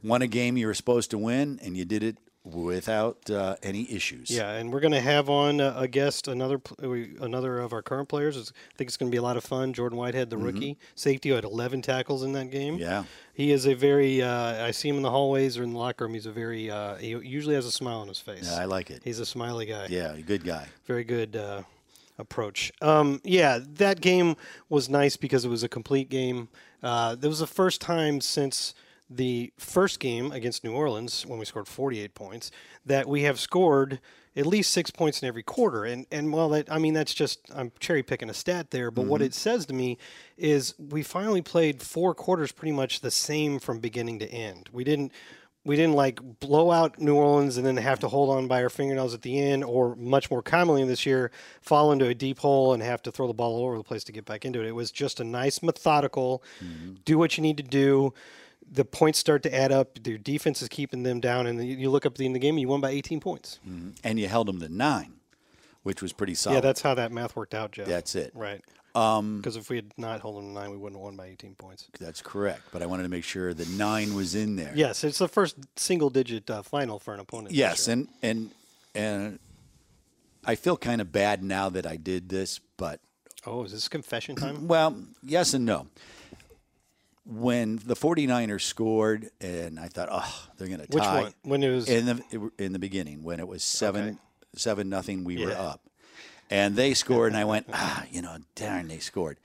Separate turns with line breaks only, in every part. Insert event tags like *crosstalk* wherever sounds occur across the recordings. won a game you were supposed to win, and you did it without uh, any issues.
Yeah, and we're going to have on uh, a guest, another pl- uh, we- another of our current players. It's, I think it's going to be a lot of fun. Jordan Whitehead, the rookie safety, who had 11 tackles in that game.
Mm-hmm. Yeah.
he is a very. Uh, I see him in the hallways or in the locker room. He's a very. Uh, he usually has a smile on his face.
Yeah, I like it.
He's a smiley guy.
Yeah, good guy.
very good uh, approach. Um, yeah, that game was nice because it was a complete game. Uh, that was the first time since the first game against New Orleans when we scored 48 points that we have scored at least six points in every quarter. And and while that I mean that's just I'm cherry picking a stat there, but what it says to me is we finally played four quarters pretty much the same from beginning to end. We didn't we didn't like blow out New Orleans and then have to hold on by our fingernails at the end, or much more commonly this year, fall into a deep hole and have to throw the ball all over the place to get back into it. It was just a nice, methodical,
Mm-hmm.
do what you need to do. The points start to add up. Your defense is keeping them down, and then you- you look up at the end of the game and you won by 18 points.
and you held them to nine, which was pretty solid.
Yeah, that's how that math worked out, Jeff.
That's it. Um,
Right. Because if we had not held them to nine, we wouldn't have won by 18 points.
That's correct. But I wanted to make sure the nine was in there.
Yes, it's the first single digit uh, final for an opponent. this
Yes,
year.
and and and I feel kind of bad now that I did this, but
oh, is this confession time?
well, yes and no. When the 49ers scored, and I thought, oh, they're going to
Which
tie.
one? When it was
in the in the beginning when it was seven
Okay.
seven nothing we were
Yeah.
up and they scored and i went ah you know darn they scored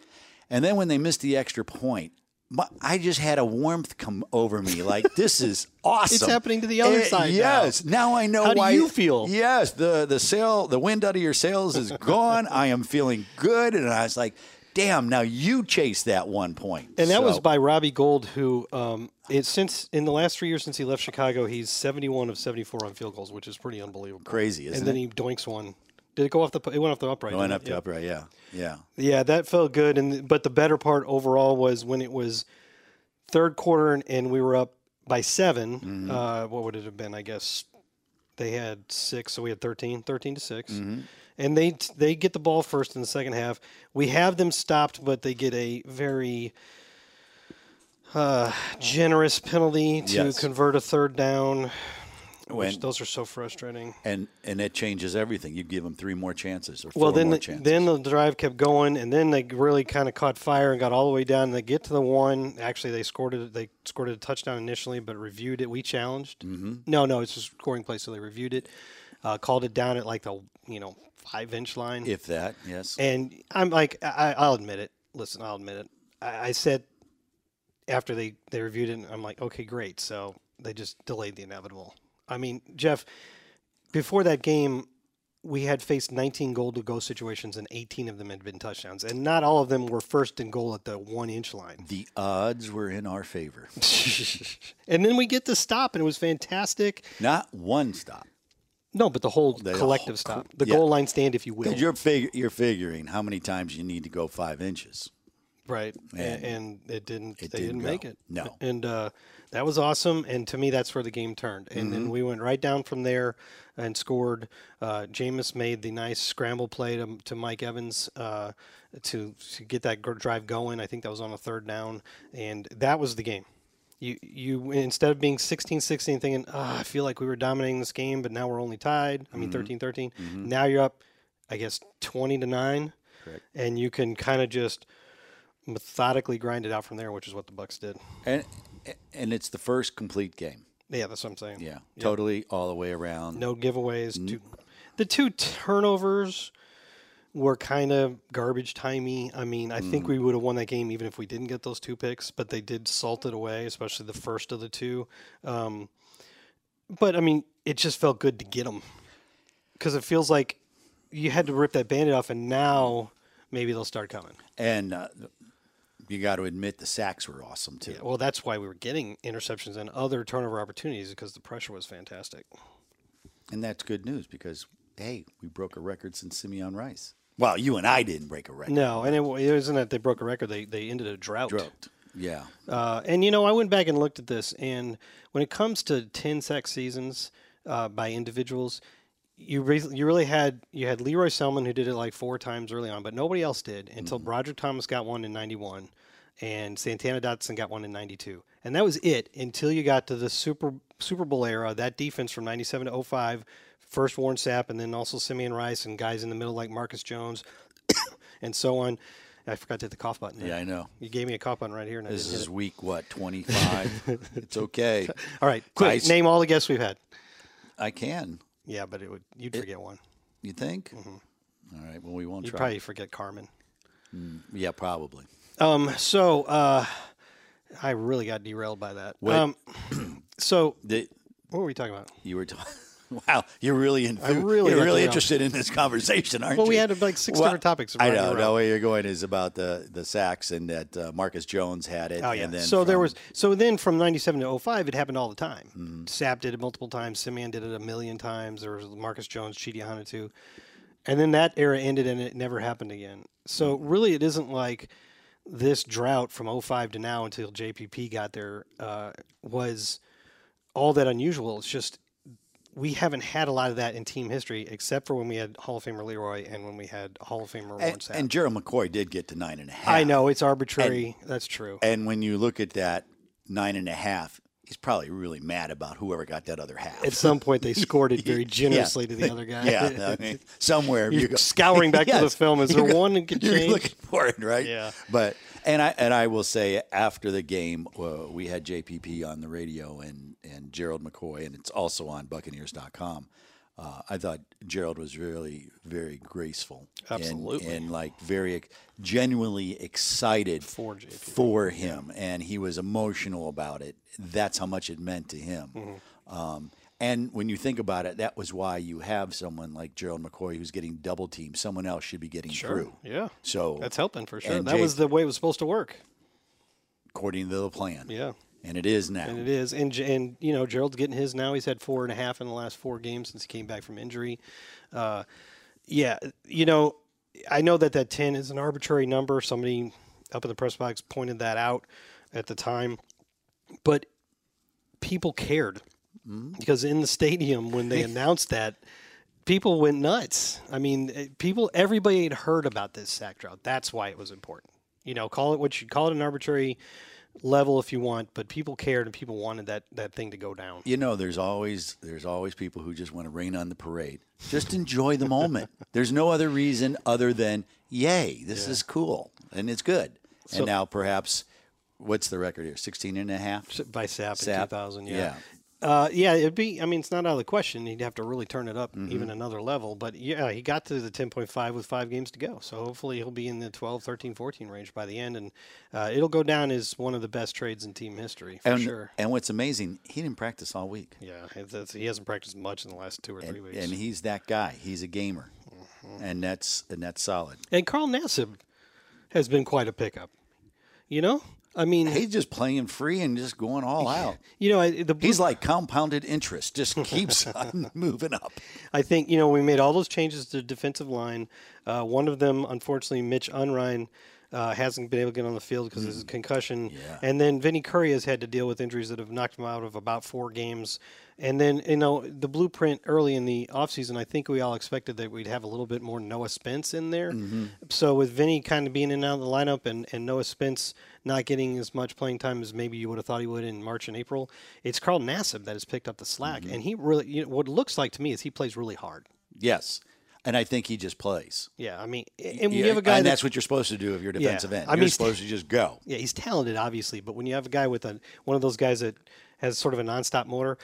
and then when they missed the extra point my, i just had a warmth come over me like
*laughs*
this is awesome
happening to the other
Eh,
side now.
yes now, i know
How do
why
you feel?
yes the the sail the wind out of your sails is gone i am feeling good and i was like damn now you chased that one point
And that was
So-
by Robbie Gold, who um, it, since in the last three years since he left Chicago, he's 71 of 74 on field goals, which is pretty unbelievable.
Crazy, isn't
and then
it?
he doinks one. Did it go off the? It went off the upright.
I went
didn't
up
it?
to upright yeah yeah
yeah. yeah, that felt good. And but the better part overall was when it was third quarter and, and we were up by 7
Mm-hmm.
Uh, what would it have been? I guess they had six, so we had 13, 13 to 6
Mm-hmm.
And they they get the ball first in the second half. We have them stopped, but they get a very uh, generous penalty to
Yes.
convert a third down. Which
When-
those are so frustrating.
and and it changes everything. You give them three more chances or four
Well, then
more
the,
chances.
then the drive kept going, and then they really kind of caught fire and got all the way down. And they get to the one. Actually, they scored it. They scored a touchdown initially, but reviewed it. We challenged. Mm-hmm. No, no, it's a scoring play, so they reviewed it, uh, called it down at like the you know five inch line.
if that, yes,
And I'm like, I, I'll admit it. Listen, I'll admit it. I, I said after they, they reviewed it, and I'm like, okay, great. So they just delayed the inevitable. I mean, Jeff, before that game, we had faced 19 goal to go situations, and 18 of them had been touchdowns, and not all of them were first and goal at the one inch *laughs* line.
the odds were in
*laughs*
our favor.
and then we get the stop, and it was fantastic.
Not one stop.
No, but the whole collective
whole-
stop, the
yeah.
goal line stand, if you will.
You're fig- you're figuring how many times you need to go five inches.
right? And, and it didn't. they
didn't
didn't make
go.
it.
No.
and uh, that was awesome. And to me, that's where the game turned. And
Mm-hmm.
then we went right down from there and scored. Uh, Jameis made the nice scramble play to, to Mike Evans uh, to, to get that gr- drive going. I think that was on a third down, and that was the game. You, you instead of being 16-16 thinking oh, i feel like we were dominating this game but now we're only tied i
Mm-hmm.
mean 13-13 now you're up i guess 20 to 9 and you can kind of just methodically grind it out from there, which is what the Bucks did.
And and it's the first complete game.
Yeah, that's what I'm saying.
Yeah, totally all the way around.
No giveaways. Two, the two turnovers were kind of garbage timey. I mean, I think we would have won that game even if we didn't get those two picks, but they did salt it away, especially the first of the two. Um, but I mean, it just felt good to get them because it feels like you had to rip that bandit off, and now maybe they'll start coming.
And uh, you got to admit the sacks were awesome too.
Well, that's why we were getting interceptions and other turnover opportunities because the pressure was fantastic.
And that's good news because hey, we broke a record since Simeon Rice. Well, you and I didn't break a record.
No, and it, wa- it wasn't that they broke a record; they they ended a drought.
Broke. Yeah.
Uh, and you know, I went back and looked at this, and when it comes to ten sack seasons uh, by individuals, you re- you really had you had Leroy Selman who did it like four times early on, but nobody else did until
Mm-hmm.
Roger Thomas got one in '91, and Santana Dotson got one in '92, and that was it until you got to the Super Super Bowl era. That defense from '97 to 05, first Warren Sapp, and then also Simeon Rice and guys in the middle like Marcus Jones, *coughs* and so on. I forgot to hit the cough button. there.
Yeah, I know.
You gave me a cough button right here, and I
This
didn't hit it.
is week what twenty five.
*laughs*
it's okay.
All right, quick.
Dice.
Name all the guests we've had.
I can.
Yeah, but it would you'd forget one.
You think?
Mm-hmm.
All right. Well, we won't
You'd
try.
probably forget Carmen. *clears throat*
Yeah, probably.
Um, so uh, I really got derailed by that.
Wait.
Um, *clears throat* so
The,
what were we talking about?
you were talking. *laughs* Wow, you're really in,
really
you're
got
really
derailed.
interested in this conversation, aren't
Well,
you?
we had, like, six different topics
I
right
know.
in a
No,
row.
where you're going is about the the sacks and that uh, Marcus Jones had it.
Oh yeah.
And then
so there
from-
was so then from '97 to 05, it happened all the time.
Mm-hmm.
Sap did it multiple times. Simeon did it a million times. There was Marcus Jones, Chidi Hana too. And then that era ended, and it never happened again. So
Mm-hmm.
really, it isn't like this drought from 05 to now until JPP got there uh, was all that unusual. It's just we haven't had a lot of that in team history, except for when we had Hall of Famer Leroy and when we had Hall of Famer Warren
And,
Sapp.
and Gerald McCoy did get to nine and a half.
I know it's arbitrary. That's true.
And when you look at that nine and a half, he's probably really mad about whoever got that other half.
at some point they scored it very generously to the other guy. *laughs*
yeah, I mean, somewhere
You're
you go-
scouring back to the
Yes.
film.
*laughs*
Is there one that could
You're
change?
looking for it, right?
Yeah.
But and I and I will say after the game, uh, we had JPP on the radio and and Gerald McCoy, and it's also on Buccaneers.com. Uh, I thought Gerald was really very graceful, and-
Absolutely.
and, like very ex- genuinely excited
For JPP.
for him, and he was emotional about it. That's how much it meant to him.
Mm-hmm.
Um, and when you think about it, that was why you have someone like Gerald McCoy who's getting double teamed. Someone else should be getting through.
Yeah.
So
That's helping for sure.
and
That was
Jake-
the way it was supposed to work.
according to the plan.
Yeah.
And it is now.
And it is. And, J- and, you know, Gerald's getting his now. He's had four and a half in the last four games since he came back from injury. Uh, yeah. You know, I know that that 10 is an arbitrary number. Somebody up in the press box pointed that out at the time. But people cared because in the stadium when they announced that people went nuts i mean eh, people everybody had heard about this sack drought that's why it was important you know call it what you call it an arbitrary level if you want but people cared and people wanted that that thing to go down
You know, there's always there's always people who just want to rain on the parade. Just enjoy the
*laughs*
moment. There's no other reason other than yay, this is cool and it's good. and now perhaps what's the record here? 16 and a half?
by sap, in
Sapp,
2000 yeah,
yeah.
Uh, yeah, it'd be. I mean, it's not out of the question. He'd have to really turn it up
Mm-hmm.
even another level. But yeah, he got to the 10.5 with five games to go. So hopefully he'll be in the 12, 13, 14 range by the end. And uh, it'll go down as one of the best trades in team history for
and,
sure.
and what's amazing, he didn't practice all week.
Yeah, that's, he hasn't practiced much in the last two or three
And,
weeks. Mm-hmm.
and he's that guy. He's a gamer. And that's and that's solid.
And Carl Nassib has been quite a pickup. You know, I mean,
He's just playing free and just going all out.
you know, I, the Blue
He's like compounded interest, just
*laughs*
keeps on moving up.
I think you know we made all those changes to the defensive line. Uh, one of them, unfortunately, Mitch Unrein uh, hasn't been able to get on the field because of his concussion. And then Vinnie Curry has had to deal with injuries that have knocked him out of about four games. And then, you know, the blueprint early in the offseason, I think we all expected that we'd have a little bit more Noah Spence in there.
Mm-hmm.
So with Vinny kind of being in and out of the lineup and, and Noah Spence not getting as much playing time as maybe you would have thought he would in March and April, it's Carl Nassib that has picked up the slack.
Mm-hmm.
And he really, you know, what it looks like to me is he plays really hard.
Yes. And I think he just plays.
Yeah, I mean, and when
Yeah,
you have a guy
and
that-
that's what you're supposed to do if you're a defensive end.
I
You're
mean,
supposed to just go.
yeah, he's talented, obviously, but when you have a guy with a one of those guys that has sort of a nonstop motor,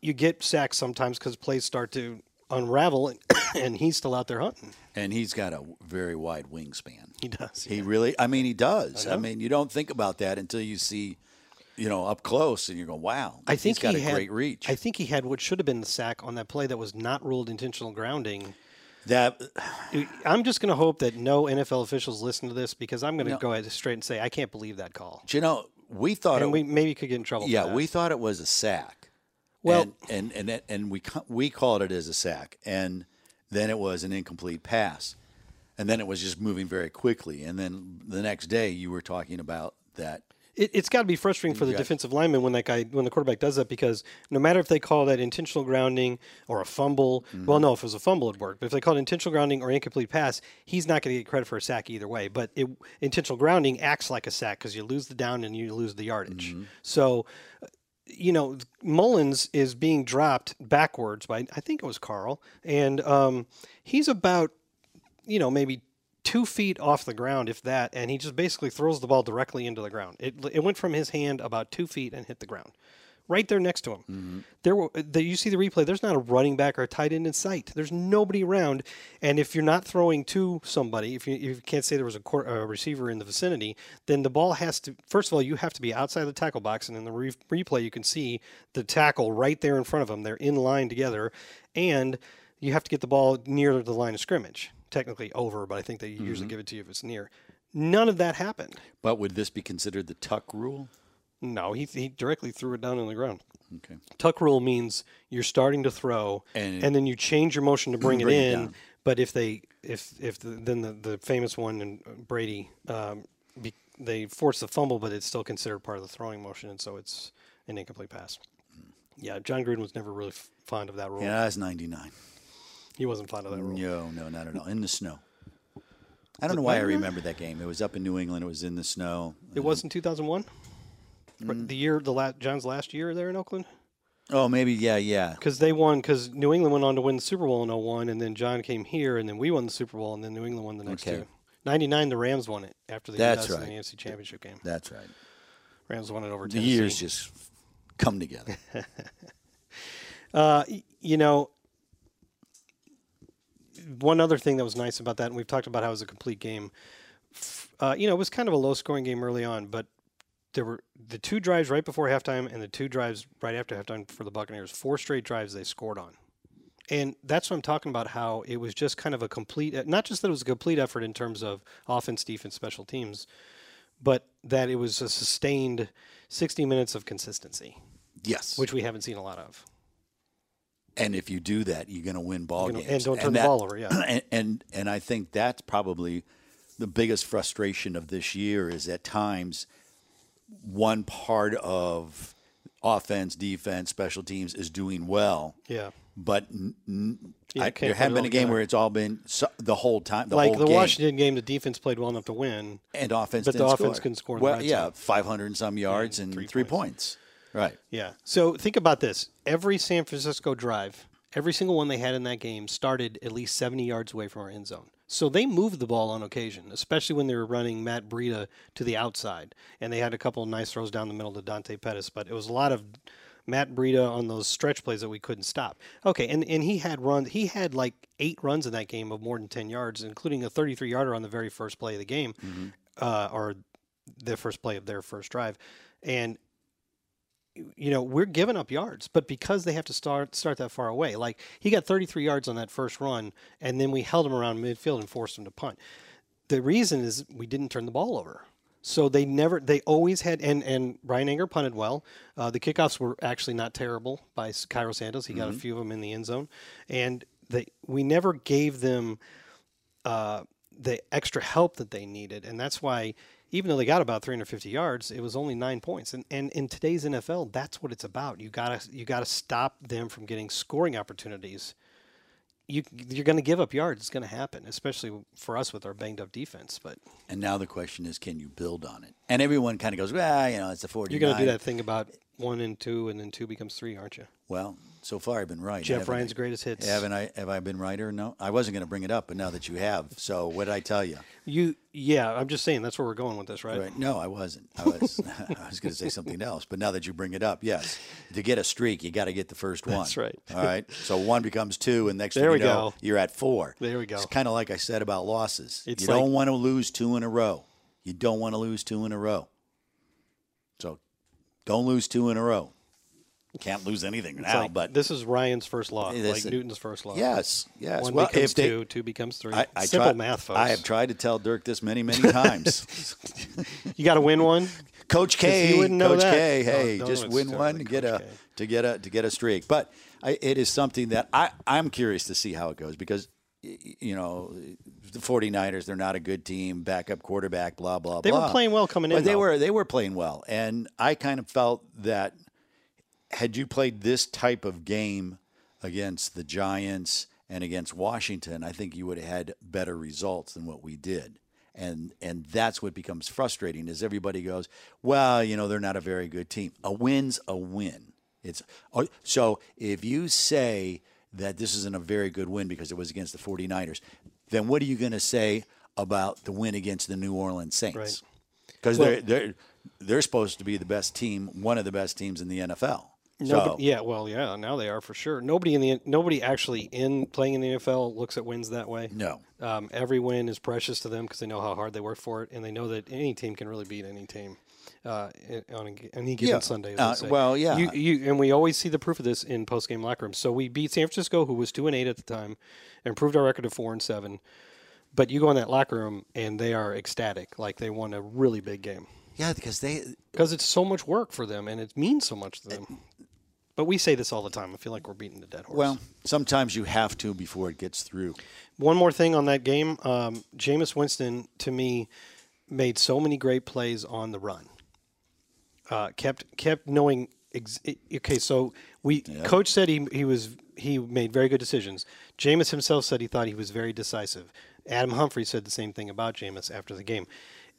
you get sacks sometimes because plays start to unravel, *coughs* and, and he's still out there hunting.
And he's got a very wide wingspan.
He does.
He really, I mean, he does. I, mean, you don't think about that until you see, you know, up close, and you go, "Wow!"
I think
he's got
he
a
had,
great reach.
I think he had what should have been the sack on that play that was not ruled intentional grounding.
that
I'm just going to hope that no NFL officials listen to this because I'm going to go ahead straight and say I can't believe that call,
you know, we thought
and
it,
we maybe could get in trouble. for
yeah,
that.
we thought it was a sack.
Well-
and and and, it- and we ca- we called it as a sack, and then it was an incomplete pass, and then it was just moving very quickly, and then the next day you were talking about that.
It, it's got to be frustrating for the defensive lineman when that guy, when the quarterback does that, because no matter if they call that intentional grounding or a fumble, well, no, if it was a fumble, it worked. But if they call it intentional grounding or incomplete pass, he's not going to get credit for a sack either way. But it, intentional grounding acts like a sack because you lose the down and you lose the yardage. So, you know, Mullins is being dropped backwards by, I think it was Carl, and um, he's about you know maybe two feet off the ground if that and he just basically throws the ball directly into the ground it, it went from his hand about two feet and hit the ground right there next to him there were the, you see the replay there's not a running back or a tight end in sight there's nobody around and if you're not throwing to somebody if you, if you can't say there was a, quar- a receiver in the vicinity then the ball has to first of all you have to be outside the tackle box and in the re- replay you can see the tackle right there in front of them they're in line together and you have to get the ball near the line of scrimmage, technically over, but I think they usually give it to you if it's near. None of that happened.
But would this be considered the tuck rule?
No, he, he directly threw it down on the ground.
Okay.
Tuck rule means you're starting to throw,
And-
and, then you change your motion to bring,
*clears throat* Bring it
it in.
down.
but if they if if the, then the, the famous one and Brady, um, be, they force the fumble, but it's still considered part of the throwing motion, and so it's an incomplete pass. Yeah, John Gruden was never really f- fond of that rule.
Yeah, Mm, that's ninety nine.
He wasn't fond of that rule.
No, no, not at all. In the snow. I don't know why I remember that game. It was up in New England. It was in the snow.
It was in 2001.
Mm.
The year, the last John's last year there in Oakland,
Oh, maybe yeah, yeah.
because they won. Because New England went on to win the Super Bowl in 01, and then John came here, and then we won the Super Bowl, and then New England won the next
Okay.
two. 99, the Rams won it after the
That's
US in
right.
the AFC Championship game.
That's right.
Rams won it over
The
Tennessee.
years just come *laughs* together.
Uh, y- you know, one other thing that was nice about that, and we've talked about how it was a complete game. F- Uh, you know, it was kind of a low-scoring game early on, but there were the two drives right before halftime and the two drives right after halftime for the Buccaneers. Four straight drives they scored on, and that's what I'm talking about. How it was just kind of a complete, uh, not just that it was a complete effort in terms of offense, defense, special teams, but that it was a sustained 60 minutes of consistency,
Yes.
which we haven't seen a lot of.
and if you do that, you're going to win ball
gonna-
games.
and don't turn the ball over, yeah.
*clears throat* And, and and I think that's probably the biggest frustration of this year is at times one part of offense, defense, special teams is doing well.
Yeah.
But n- n-
Yeah,
I-
can't
there
put
have
it all
been a game
together.
where it's all been so, the whole time. The
like
whole
the
game.
Washington game, the defense played well enough to win.
and offense.
But the
didn't
offense
score.
couldn't score in the
Well,
red
yeah,
zone.
five hundred and some yards and three, points. Right.
Yeah. So think about this: every San Francisco drive, every single one they had in that game started at least seventy yards away from our end zone. So they moved the ball on occasion, especially when they were running Matt Breida to the outside, and they had a couple of nice throws down the middle to Dante Pettis. But it was a lot of Matt Breida on those stretch plays that we couldn't stop. Okay, and, and he had runs. He had like eight runs in that game of more than ten yards, including a thirty-three yarder on the very first play of the game, uh, or the first play of their first drive, and you know we're giving up yards but because they have to start start that far away like he got 33 yards on that first run and then we held him around midfield and forced him to punt the reason is we didn't turn the ball over so they never they always had and and Brian Anger punted well uh, the kickoffs were actually not terrible by S- Cairo Santos he got a few of them in the end zone and they we never gave them uh, the extra help that they needed, and that's why even though they got about 350 yards, it was only nine points. And and in today's NFL, that's what it's about. You gotta you gotta stop them from getting scoring opportunities. You you're gonna give up yards. It's gonna happen, especially for us with our banged up defense. But
And now the question is, can you build on it? And everyone kind of goes, well, you know, it's the 49.
you're gonna do that thing about one and two, and then two becomes three, aren't you?
Well, so far I've been right.
Jeff
haven't I?
Ryan's greatest hits.
Haven't I? Have I been right or no? I wasn't going to bring it up, but now that you have, so what did I
*laughs*
tell you?
You yeah, I'm just saying that's where we're going with this, right?
Right? No, I wasn't. I was. *laughs* I was going to say something else, but now that you bring it up, yes, to get a streak, you got to get the first one.
That's right.
All right. So one becomes two, and next
There
thing
we
you know,
go.
you're at four.
There we
It's
go.
kind of like I said about losses.
It's
you
like-
don't want to lose two in a row. You don't want to lose two in a row. So don't lose two in a row. Can't lose anything
It's
now,
like,
but
this is Ryan's first law,
This-
like Newton's first law.
yes, yes.
One
well,
becomes
if they,
two, two becomes three.
I, I
Simple
try-
math, folks.
I have tried to tell Dirk this many,
*laughs*
many times.
you got to win one.
Coach
he
K,
wouldn't know
Coach
that.
K, hey,
No, no,
just
it's
win one
totally
to get
Coach
a
K.
to get a to get a streak. But I, it is something that I I'm curious to see how it goes because y- y- you know the 49ers they're not a good team backup quarterback blah blah
They were
blah.
playing well coming in,
But they
though.
were they were playing well and I kind of felt that had you played this type of game against the Giants and against Washington, I think you would have had better results than what we did. And and that's what becomes frustrating is everybody goes, well, you know, they're not a very good team. A win's a win. It's oh, so if you say that this isn't a very good win because it was against the 49ers, then what are you going to say about the win against the New Orleans Saints?
Right.
because they're they're they're supposed to be the best team, one of the best teams in the NFL.
Nobody,
so
yeah, well, yeah, now they are for sure. Nobody in the nobody actually in playing in the NFL looks at wins that way.
no,
Um, every win is precious to them because they know how hard they work for it, and they know that any team can really beat any team uh, in- on a g- any given
Yeah.
Sunday. as
Uh,
they say.
well, yeah.
You, you, and we always see the proof of this in post game locker rooms. So we beat San Francisco, who was two and eight at the time, improved our record to four and seven. But you go in that locker room, and they are ecstatic, like they won a really big game
yeah, because they
because it's so much work for them and it means so much to them. But we say this all the time. I feel like we're beating the dead horse.
well sometimes you have to before it gets through.
one more thing on that game. Um, Jameis Winston, to me, made so many great plays on the run. Uh, kept kept knowing. Ex- okay, so we coach said he he was he made very good decisions. Jameis himself said he thought he was very decisive. Adam Humphrey said the same thing about Jameis after the game.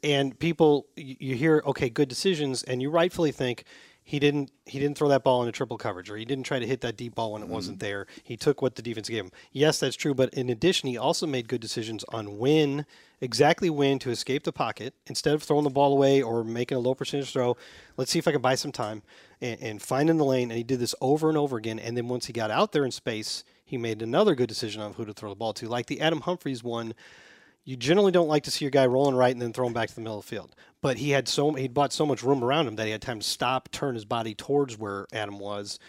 And people, you you hear okay, good decisions, and you rightfully think he didn't he didn't throw that ball into triple coverage or he didn't try to hit that deep ball when it wasn't there. He took what the defense gave him. Yes, that's true, but in addition, he also made good decisions on when exactly when to escape the pocket instead of throwing the ball away or making a low percentage throw. Let's see if I can buy some time and, and find in the lane. And he did this over and over again. And then once he got out there in space, he made another good decision on who to throw the ball to, like the Adam Humphreys one you generally don't like to see your guy rolling right and then throw him back to the middle of the field. But he had so he'd bought so much room around him that he had time to stop, turn his body towards where Adam was,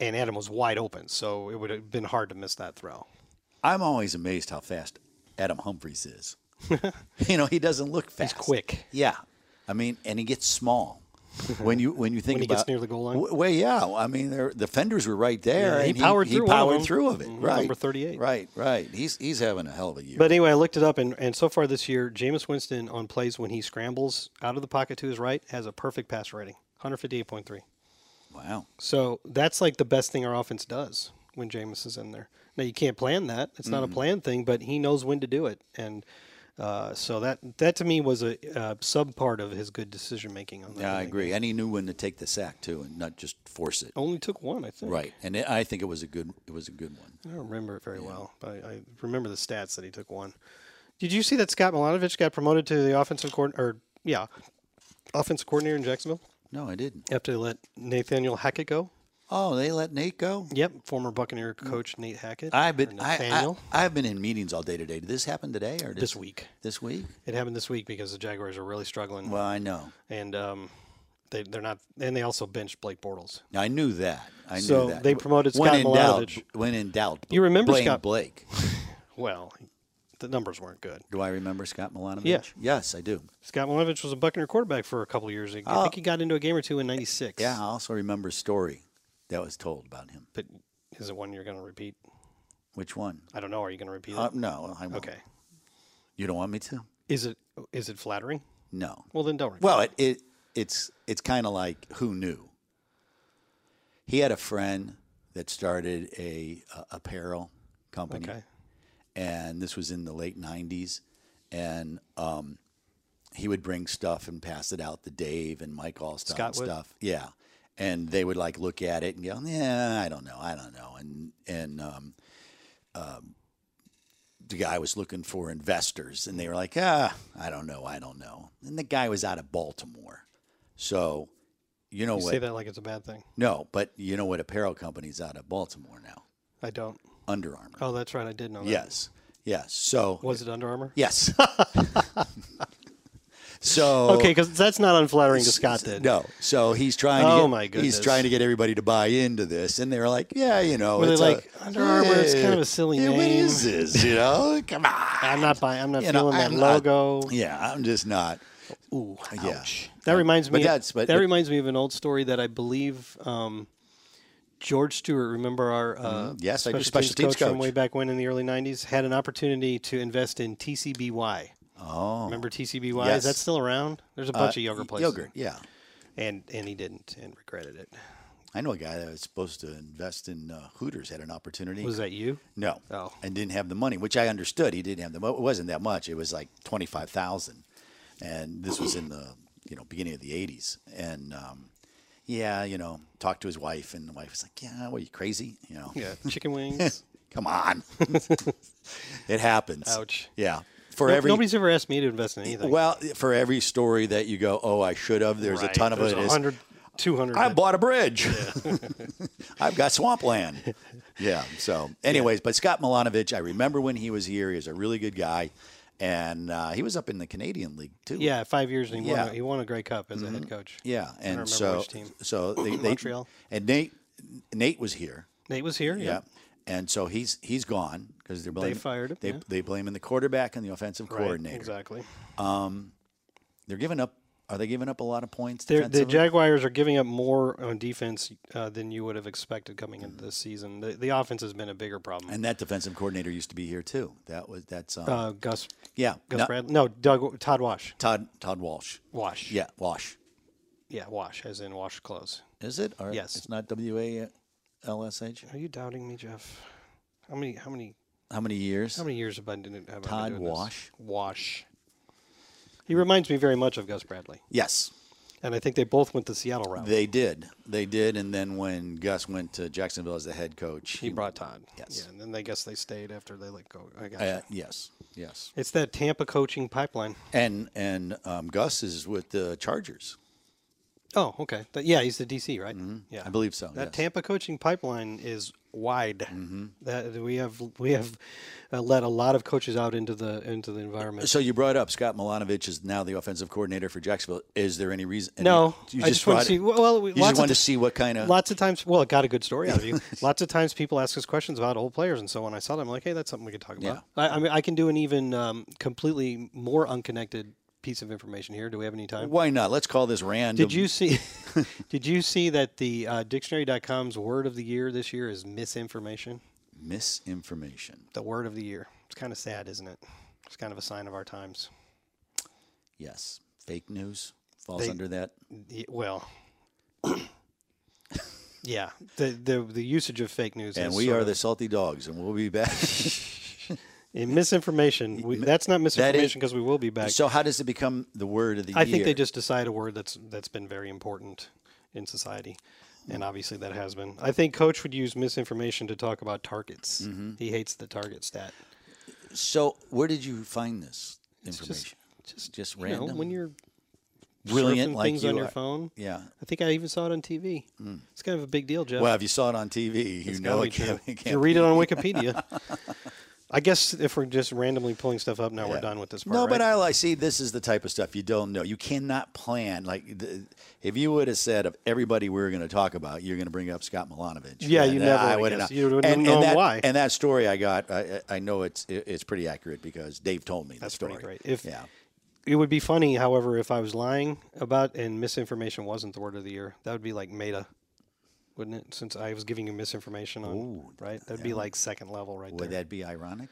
and Adam was wide open. So it would have been hard to miss that throw.
I'm always amazed how fast Adam
*laughs*
Humphries is. you know, he doesn't look fast.
quick.
Yeah, I mean, and he gets small.
*laughs*
When you when you think
When he
about
gets near the goal line?
W- well, yeah. I mean, they're- the fenders were right there.
Yeah, he
and
powered
he,
through one of
powered
them.
through of it.
Mhm,
Right,
number 38.
Right, right. He's he's having a hell of a year.
But anyway, I looked it up, and, and so far this year, Jameis Winston on plays when he scrambles out of the pocket to his right has a perfect passer rating, 158.3.
wow.
So that's like the best thing our offense does when Jameis is in there. Now you can't plan that; it's not a planned thing, but he knows when to do it, and uh, so that that to me was a uh, sub part of his good decision making on that.
Yeah, I
I think.
agree. And he knew when to take the sack too, and not just force it.
Only took one, I think.
Right, and it, I think it was a good it was a good one.
I don't remember it very well, but I, I remember the stats that he took one. Did you see that Scott Milanovich got promoted to the offensive coordinator? Or yeah, offensive coordinator in Jacksonville
No, I didn't.
after they let Nathaniel Hackett go.
Oh, they let Nate go.
Yep, former Buccaneer coach Nate Hackett.
I've
or
been Mm. I,
Nathaniel
I, have been in meetings all day today. Did this happen today or did-
this week.
This week?
It happened this week because the Jaguars are really struggling,
Well, I know.
and um, they they're not, and they also benched Blake Bortles.
I knew that. I
So
knew that.
they promoted
when
Scott
in doubt,
Milanovich.
When in doubt,
You remember
blame
Scott-
Blake?
Well, the numbers weren't good.
Do I remember Scott Milanovich?
Yeah.
Yes, I do.
Scott Milovich was a Buccaneer quarterback for a couple of years. I think he got into a game or two in '96.
Uh, Yeah, I also remember a story that was told about him.
but is it one you're going to repeat?
Which one?
I don't know. Are you going to repeat
Uh,
it?
no, I won't.
Okay.
You don't want me to?
Is it is it flattering?
No.
Well, then don't.
Well, it, it it's it's kind of like who knew. He had a friend that started a, a apparel company,
Okay.
and this was in the late '90s, and um, he would bring stuff and pass it out to Dave and Mike Allstott
Scott
and
would?
stuff. Yeah, and they would like look at it and go, "Yeah, I don't know, I don't know," and and um, the guy was looking for investors and they were like, ah, I don't know, I don't know. And the guy was out of Baltimore. So, you know
You
what?
say that like it's a bad thing.
No, but you know what apparel company's out of Baltimore now?
I don't.
Under Armour.
Oh, that's right. I did know that.
yes. Yes. So,
Was it Under Armour?
yes. *laughs* so,
Okay, because that's not unflattering to Scott. Then
No. So he's trying to
Oh,
get,
my goodness.
he's trying to get everybody to buy into this and they're like, yeah, you know,
Were they
it's
like,
a-
Under Armour, it's kind of a silly
yeah, What
name.
is this, you know?
*laughs*
Come on.
I'm not buying. I'm not
You know,
feeling that
I'm not-
logo.
Yeah, I'm just not.
Ooh,
Yeah.
ouch. That reminds me.
But that's- but-
that
but-
reminds me of an old story that I believe um, George Stewart. Remember our uh,
Mm-hmm. Yes, I
special,
do.
teams,
Special teams
coach from
coach.
way back when in the early '90s had an opportunity to invest in TCBY.
Oh.
Remember TCBY? Is
Yes. Uh,
that still around? There's a bunch of yogurt places.
Yogurt, yeah.
And and he didn't and regretted it.
I know a guy that was supposed to invest in uh, Hooters had an opportunity.
Was that you?
No.
Oh.
And didn't have the money, which I understood. He didn't have the money. It wasn't that much. It was like 25000 And this was in the, you know, beginning of the 80s. And, um, yeah, you know, talked to his wife, and the wife was like, yeah, what, are you crazy? You know,
Yeah, chicken wings.
*laughs*
*laughs*
come on. it happens.
Ouch.
Yeah. For
No-
every
Nobody's ever asked me to invest in anything.
Well, for every story that you go, oh, I should have, there's a
Right.
ton of
There's
it. is,
100, 200.
I
that-
bought a bridge. *laughs* I've got swampland. Yeah. So, anyways, but Scott Milanovic, I remember when he was here. He was a really good guy, and uh, he was up in the Canadian League too.
yeah, five years and he, won,
Yeah. Mm-hmm.
a- he won a Grey Cup as a head coach.
Yeah. And
remember
so,
which team.
so they, they,
*clears throat* Montreal.
and Nate, Nate was here.
Nate was here. Yeah.
Yeah. And so he's he's gone because they're blaming,
fired him,
They
yeah.
they blame in the quarterback and the offensive
Right,
coordinator.
exactly.
They're giving up. Are they giving up a lot of points?
They're, the
defensively?
Jaguars are giving up more on defense uh, than you would have expected coming into this season. The, the offense has been a bigger problem.
And that defensive coordinator used to be here too. That was that's um,
uh, Gus,
yeah.
Gus
no,
Bradley? No, Doug, Todd Wash.
Todd Todd Walsh.
Wash.
Yeah, Walsh.
Yeah, Wash, as in wash clothes.
Is it? Or
Yes.
It's not W A L S H.
Are you doubting me, Jeff? How many, how many,
How many years?
how many years have I been doing have I been
Todd
doing this?
Wash?
Wash. He reminds me very much of Gus Bradley.
Yes,
And I think they both went the Seattle route.
they did. They did. And then when Gus went to Jacksonville as the head coach,
he brought Todd.
Yes.
Yeah, and then I guess they stayed after they let go. I got
Uh, yes, yes.
It's that Tampa coaching pipeline.
And and um, Gus is with the Chargers.
Oh, okay. That- yeah, he's the DC, right? Yeah,
Mm-hmm. I believe so.
That
yes. Mm-hmm.
Tampa coaching pipeline is wide. That we have we have uh, let a lot of coaches out into the into the environment.
So you brought up Scott Milanovich is now the offensive coordinator for Jacksonville. Is there any reason? any-
no,
you
I just want
brought
to see.
it-
Well, we,
you
lots
just
of
wanted
ti-
to see what kind of
Lots of times, well, it got a good story out of
*laughs*
you. lots of times, people ask us questions about old players and so on. I saw them like, hey, that's something we could talk about. I, I mean, I can do an even um, completely more unconnected piece of information here. Do we have any time?
Why not? Let's call this random.
Did you
*laughs*
see? did you see that the uh, dictionary.com's word of the year this year is misinformation?
misinformation?
The word of the year. It's kind of sad, isn't it? It's kind of a sign of our times.
Yes, fake news falls
They-
under that.
Y- Well, *coughs* yeah. The, the the usage of fake news
And
is
we
sort
are
of-
the salty dogs, and we'll be back. *laughs*
in misinformation. We, that's not misinformation because we will be back.
so, how does it become the word of the
I
year?
think they just decide a word that's that's been very important in society, and obviously that has been. I think Coach would use misinformation to talk about targets.
Mm-hmm.
He hates the target stat.
So, where did you find this
just
information?
just
Just
you know,
random?
when you're
Brilliant,
surfing
like
things
you
on your
are.
phone.
Yeah. Mm.
I think I even saw it on TV. It's kind of a big deal, Jeff.
Well, if you saw it on TV, you
It's gotta
know
be
it can't.
true.
It
If you
can't
read it on Wikipedia.
*laughs*
I guess if we're just randomly pulling stuff up, now we're done with this part.
No, but
right?
I like see this is the type of stuff you don't know. You cannot plan. Like the, if you would have said of everybody we were going to talk about, you're going to bring up Scott Milanovich.
Yeah, you
And
never
I
would've
would've
guessed.
not-
You wouldn't have known
and that,
why.
And that story I got, I, I I know it's it- it's pretty accurate because Dave told me
That's
the story.
pretty great. If
yeah,
it would be funny, however, if I was lying about and misinformation wasn't the word of the year, that would be like meta, wouldn't it? Since I was giving you misinformation on right, that'd be like second level right
would
there.
that be ironic?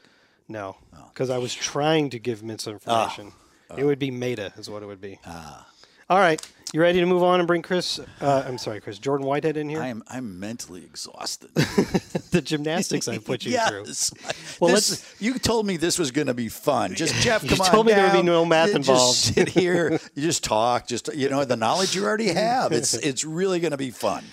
No,
Oh.
because I was trying to give misinformation.
Ah.
It would be Meta, is what it would be. All right, you ready to move on and bring Chris? Uh, I'm sorry, Chris Jordan Whitehead in here.
I am I'm mentally exhausted.
the gymnastics I
*laughs*
put you through.
yes.
Well,
Well,
let's-
You told me this was going to be
*laughs*
fun. Just Jeff,
You
come on
told me there would be
down.
no math
You
involved.
Just *laughs* sit
*laughs*
here. You just talk. Just you know the knowledge you already have. It's it's really going to be fun.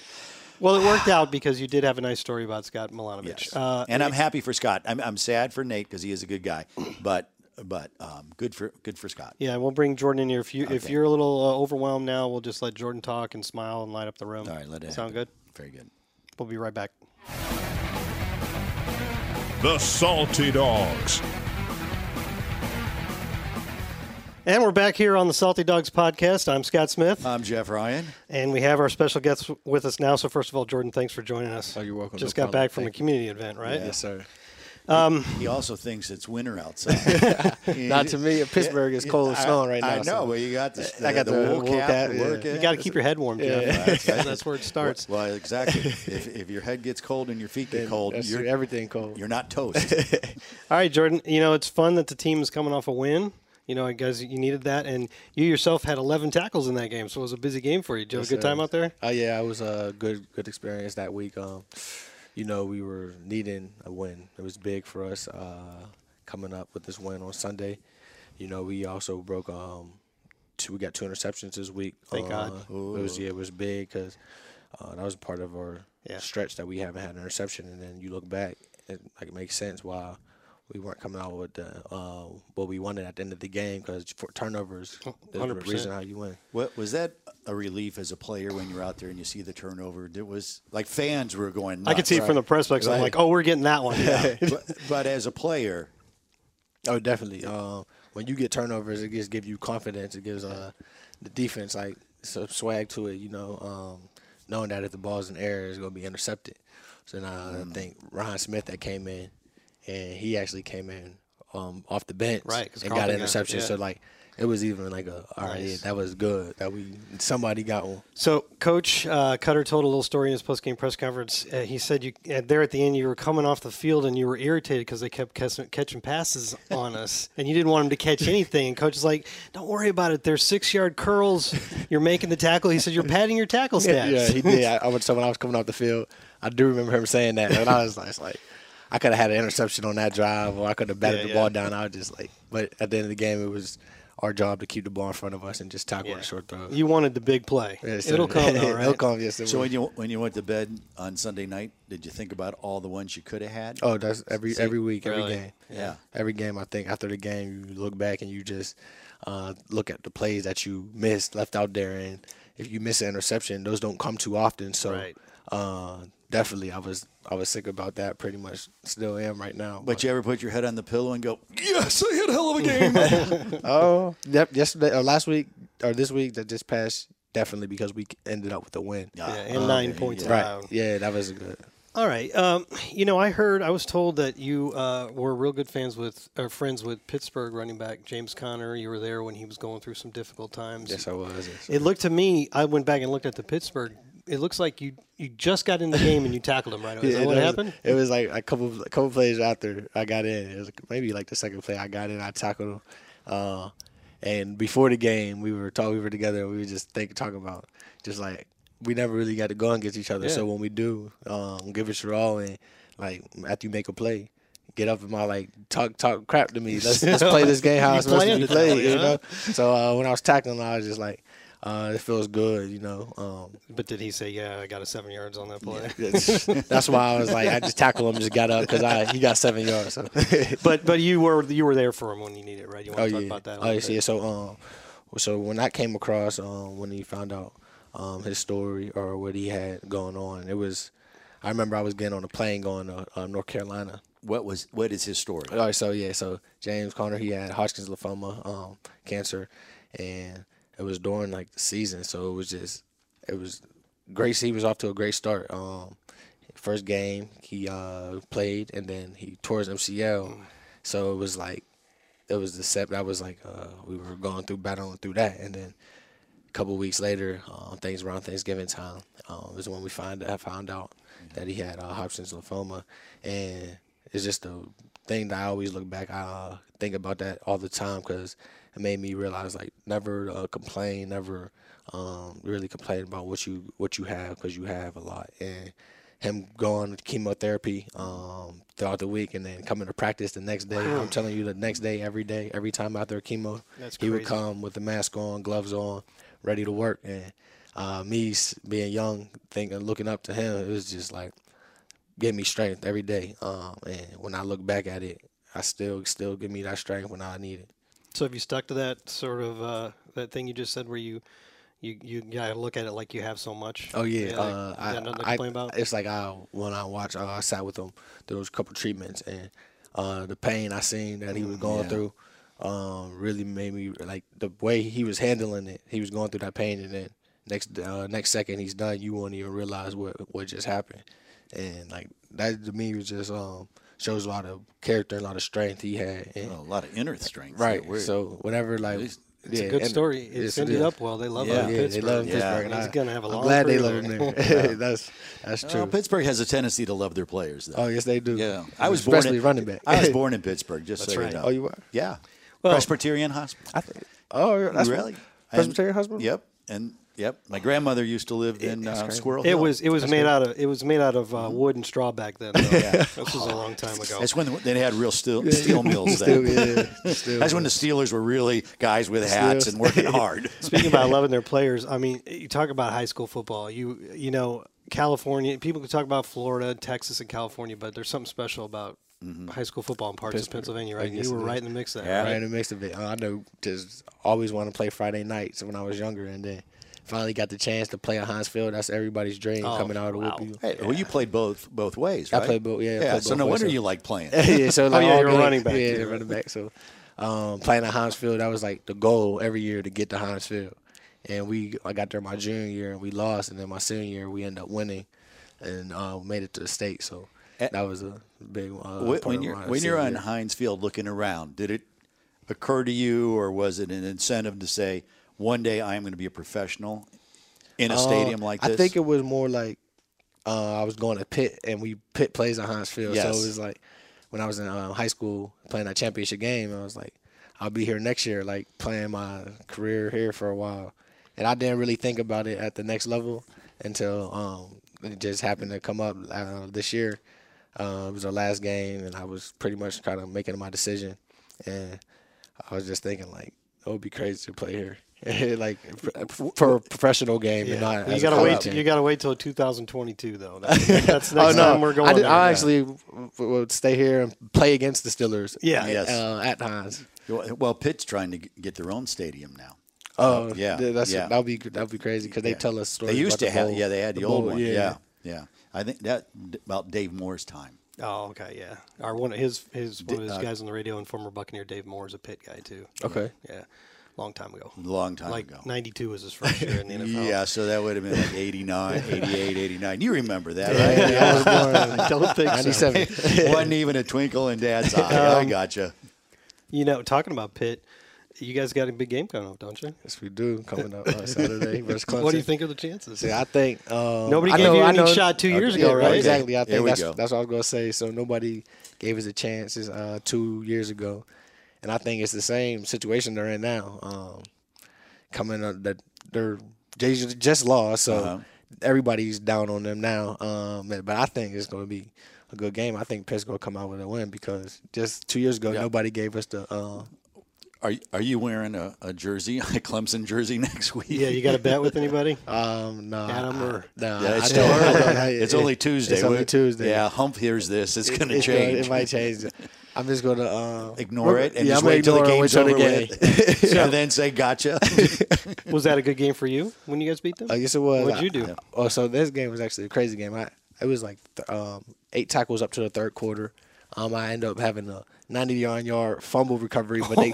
Well, it worked out because you did have a nice story about Scott Milanovich.
Yes.
Uh,
and I'm happy for Scott. I'm, I'm sad for Nate because he is a good guy, *clears throat* but but um, good for good for Scott.
yeah, we'll bring Jordan in here. If you if you're a little uh, overwhelmed now, we'll just let Jordan talk and smile and light up the room.
All right, let it
sound
happen.
good.
Very good.
We'll be right back.
The Salty Dogs.
And we're back here on the Salty Dogs podcast. I'm Scott Smith,
I'm Jeff Ryan.
and we have our special guests with us now. So first of all, Jordan, thanks for joining us.
Oh, you're welcome.
Just got
No problem.
back from
Thank
a community event, right?
Yes, sir.
He also thinks it's
*laughs*
winter outside.
Not to me.
*laughs*
Pittsburgh is cold and snowing right now.
I know.
so-
Well, you got this.
I got
the,
the
wool
wool
cap.
cap,
the
yeah.
work
You
it.
got to keep your head warm, Jeff.
That's-
That's where it starts.
Well, exactly. if, if your head gets cold and your feet get cold,
That's
you're,
everything cold.
you're
*laughs*
not toast.
All right, Jordan. You know, it's fun that the team is coming off a win. You know, guys, you needed that, and you yourself had 11 tackles in that game, so it was a busy game for you. Did you have a good
sir.
time out there?
Oh yeah, it was a good good experience that week. Um, you know, we were needing a win. It was big for us uh, coming up with this win on Sunday. You know, we also broke um, two. We got two interceptions this week.
Thank
uh,
God.
It was yeah, it was big because uh, that was part of our
Yeah.
stretch that we haven't had an interception, and then you look back, it like it makes sense why. We weren't coming out with the, uh, what we wanted at the end of the game because turnovers
Oh,
is the
100%.
reason how you win.
What was that a relief as a player when you're out there and you see the turnover? There was like fans were going. Nuts.
I could see it from the press box. I'm
Right.
like, oh, we're getting that
*laughs*
one.
but, but as a player,
Oh, definitely. Um, when you get turnovers, it just gives you confidence. It gives uh, the defense like some swag to it. You know, um, knowing that if the ball's in the air, it's gonna be intercepted. So now
Mm.
I think Ryan Smith that came in, and he actually came in um, off the bench,
Right, 'cause
and got
Carlton
an
got-
interception.
yeah.
So like, it was even like a all right, yeah, that was good that we somebody got one.
So, Coach uh, Cutter told a little story in his post-game press conference. Uh, he said you uh, there at the end, you were coming off the field and you were irritated because they kept catching, catching passes on us, and you didn't want them to catch anything. And Coach is like, "Don't worry about it. They're six-yard curls. You're making the tackle." He said, "You're padding your tackle stats."
*laughs*
*laughs*
Yeah, he did. I, I would so when I was coming off the field, I do remember him saying that, and I was like, it's like I could have had an interception on that drive, or I could have batted
Yeah,
the
yeah.
ball down. I was just like, but at the end of the game, it was our job to keep the ball in front of us and just tackle
Yeah.
a short throw.
You wanted the big play.
Yes, sir.
It'll
*laughs*
come, though, right?
It'll come. Yes, it
so
will.
when you when you went to bed on Sunday night, did you think about all the ones you could have had?
Oh, that's every every week, every
Really?
game.
Yeah.
Every game, I think after the game, you look back and you just uh, look at the plays that you missed, left out there, and if you miss an interception, those don't come too often. So,
Right.
uh, definitely, I was I was sick about that. Pretty much, still am right now.
But you ever put your head on the pillow and go, "Yes, I had a hell of a
*laughs*
game."
oh, yep, yesterday or last week or this week that just passed, definitely because we ended up with a win.
Yeah, and nine points
Right.
down.
Yeah, that was a good.
All right. Um, you know, I heard, I was told that you uh, were real good fans with, or friends with Pittsburgh running back James Conner. You were there when he was going through some difficult times.
Yes, I was. yes.
It looked to me, I went back and looked at the Pittsburgh. It looks like you, you just got in the game and you tackled him right away. Is
Yeah,
that what
it was-
happened?
It was like a couple a couple plays after I got in. It was maybe like the second play I got in. I tackled him, uh, and before the game we were talking. We were together. and We were just think, talking about just like we never really got to go against each other. So when we do, um, give it your all and like after you make a play. Get up in my like talk talk crap
*laughs*
to me. Let's, let's play this game how
You
it's supposed to
planned
be
it that
played.
way,
you
huh?
know. So uh, when I was tackling, I was just like, uh, it feels good, you know. Um,
But did he say, yeah, I got a seven yards on that play?
that's that's why I was like, I just tackled him, just got up because I he got seven
*laughs*
yards. So.
*laughs* but but you were you were there for him when you needed it, right? You want
oh
to talk
yeah,
about that? a
oh
little
yeah.
bit?
see, So um, so when I came across um when he found out um his story or what he had going on, it was, I remember I was getting on a plane going to uh, North Carolina.
what was what is his story?
Uh,
All right, so yeah, so James Conner he had Hodgkin's lymphoma, um, cancer, and it was during like the season, so it was just it was great. He was off to a great start. Um, first game he uh, played, and then he tore his MCL, so it was like it was the set that was like uh, we were going through battling through that, and then a couple weeks later, um, things around Thanksgiving time um, is when we find I found out that he had uh, Hodgkin's lymphoma, and it's just the thing that I always look back. I uh, think about that all the time because it made me realize like never uh, complain, never um, really complain about what you what you have because you have a lot. And him going to chemotherapy um, throughout the week and then coming to practice the next day. I'm telling you, the next day, every day, every time out there chemo,
That's
he would
crazy.
come with the mask on, gloves on, ready to work. And uh, me s- being young, thinking, looking up to him, it was just like gave me strength every day. Um, and when I look back at it, I still still give me that strength when I need it.
So have you stuck to that sort of uh, that thing you just said where you you you gotta look at it like you have so much?
Oh yeah,
like,
uh,
you
I,
got nothing to
I-
complain about.
It's like I when I watch, uh, I sat with him through those couple treatments, and uh, the pain I seen that he was going through um, really made me like the way he was handling it. He was going through that pain, and then next uh, next second he's done, you won't even realize what what just happened, and like that to me was just um, shows a lot of character and a lot of strength he had. And,
Oh,
a lot of inner strength.
Right.
Yeah, we're-
So whenever like
least
it's
yeah,
a good
and-
story. It's
yes, it
ended
is.
up well. They love
Yeah,
him. in
yeah they
Pittsburgh.
love
Yeah.
Pittsburgh. and
He's
I-
gonna have a long
I'm glad they love
career
him *laughs*
there. Uh,
there. that's that's true.
Well, Pittsburgh has a tendency to love their players, though.
oh yes, they do.
Yeah, I was born
especially
in,
running back. *laughs*
I was born in Pittsburgh, just so
right.
you know.
Oh, you were?
Yeah,
Well-
Presbyterian Hospital.
I think. Oh, that's
really?
Presbyterian Hospital.
And, yep, and yep. My grandmother used to live in
that's
uh,
crazy.
*laughs*
Squirrel
It
Hill.
was it was made out of it was made out of uh, wood and straw back
*laughs*
then. though. This was a long time ago.
That's when they had real steel, steel mills.
Still,
then. *laughs*
yeah, still.
That's when the Steelers were really guys with hats and
*laughs*
working hard.
Speaking about loving their players, I mean, you talk about high school football. You you know, California. People can talk about Florida, Texas, and California, but there's something special about
Mm-hmm.
high school football in parts of Pennsylvania, right? And
Yes,
you were
it
right
is.
in the mix of that.
Yeah.
right?
right in the mix of it. Uh, I know just always want to play Friday nights when I was younger, and then finally got the chance to play at Hines Field. That's everybody's dream
Oh,
coming out of
wow.
Whoopie.
Hey, well, you played both both ways,
I
right?
played both- yeah, I
yeah.
played
so
both
no
ways,
wonder
so-
you like
*laughs*
playing.
yeah, so like
yeah,
all
you're a
day-
running back,
Yeah,
yeah.
running back. So um, playing at Hinesfield, that was like the goal every year to get to Hinesfield. And we, I got there my junior year and we lost, and then my senior year we ended up winning, and uh, made it to the state. So
Eh,
that was a big uh,
Wh-
part
when
of
you're
my
when
senior
you're on
year.
Heinz Field looking around, did it occur to you, or was it an incentive to say, one day I am going to be a professional in a stadium
Uh,
like this?
I think it was more like uh, I was going to Pitt, and we Pitt plays at Heinz Field. So
Yes.
it was like when I was in uh, high school playing that championship game, I was like, I'll be here next year, like playing my career here for a while. And I didn't really think about it at the next level until um, it just happened to come up uh, this year. Uh, it was our last game, and I was pretty much kind of making my decision. And I was just thinking, like, it would be crazy to play here. *laughs* like for for a professional game and not
You
as a
gotta
college
wait.
game.
You gotta wait till 2022, though.
*laughs*
That's, that's next time we're going.
Oh, I, did,
there.
I
Yeah.
actually w- w- would stay here and play against the Steelers.
Yeah.
uh,
Yes.
at times.
Well, well, Pitt's trying to g- get their own stadium now.
Oh,
yeah,
yeah. That's
yeah.
that would be that would be crazy because they tell us stories.
They used
about the
to have,
bowl-
yeah, they had the,
bowl,
old one. Yeah. yeah, I think that d- about Dave Moore's time.
Oh, okay, yeah. Or one of his his one of his guys on the radio and former Buccaneer Dave Moore is a pit guy too. *laughs*
uh, Okay.
Yeah, long time ago.
Long time
like
ago.
'92 was his first year
*laughs*
in the NFL.
Yeah, so that would have been like 89, 88, 89. You remember that, right?
Yeah, *laughs* I was born in
I *laughs* don't think so.
97.
Wasn't even a twinkle in
*laughs*
Dad's eye. I
Um,
gotcha.
You know, talking about Pitt, you guys got a big game coming up, don't you?
Yes, we do coming up
*laughs*
on Saturday versus Clemson.
What do you think of the chances?
Yeah, I think um,
Nobody
I
gave
know,
you
I
any
know-
shot two years
Yeah,
ago, right?
Exactly. I
Okay. There
think
we
that's,
go.
that's what I was gonna say. So nobody gave us a chance uh, two years ago, and I think it's the same situation they're in now. Um, coming up that they're they ju- just lost, so
Uh-huh.
everybody's down on them now. Um, but I think it's gonna be a good game. I think Pitt's gonna come out with a win because just two years ago nobody gave us the. Uh,
Are are you wearing a, a jersey, *laughs* a Clemson jersey next week?
Yeah, you got to bet with anybody?
*laughs* um, no,
Adam
I-
or-
no,
Yeah,
I
it's, still
don't- I don't- I-
it's
*laughs* it-
only Tuesday.
It's only
We-
Tuesday.
Yeah, Hump hears this. It's going to
It's gonna-
change.
it might change. I'm just gonna uh,
ignore it and just
gonna
wait till the
ignore it,
game's
wait till
over
the game. *laughs*
with, *laughs* and then say "Gotcha."
Was that a good game for you when you guys beat them?
Uh, yes, it was.
What'd
I-
you do?
I- oh, so this game was actually a crazy game. I it was like th- um, eight tackles up to the third quarter. Um, I ended up having a 90 yard yard fumble recovery,
*laughs*
but they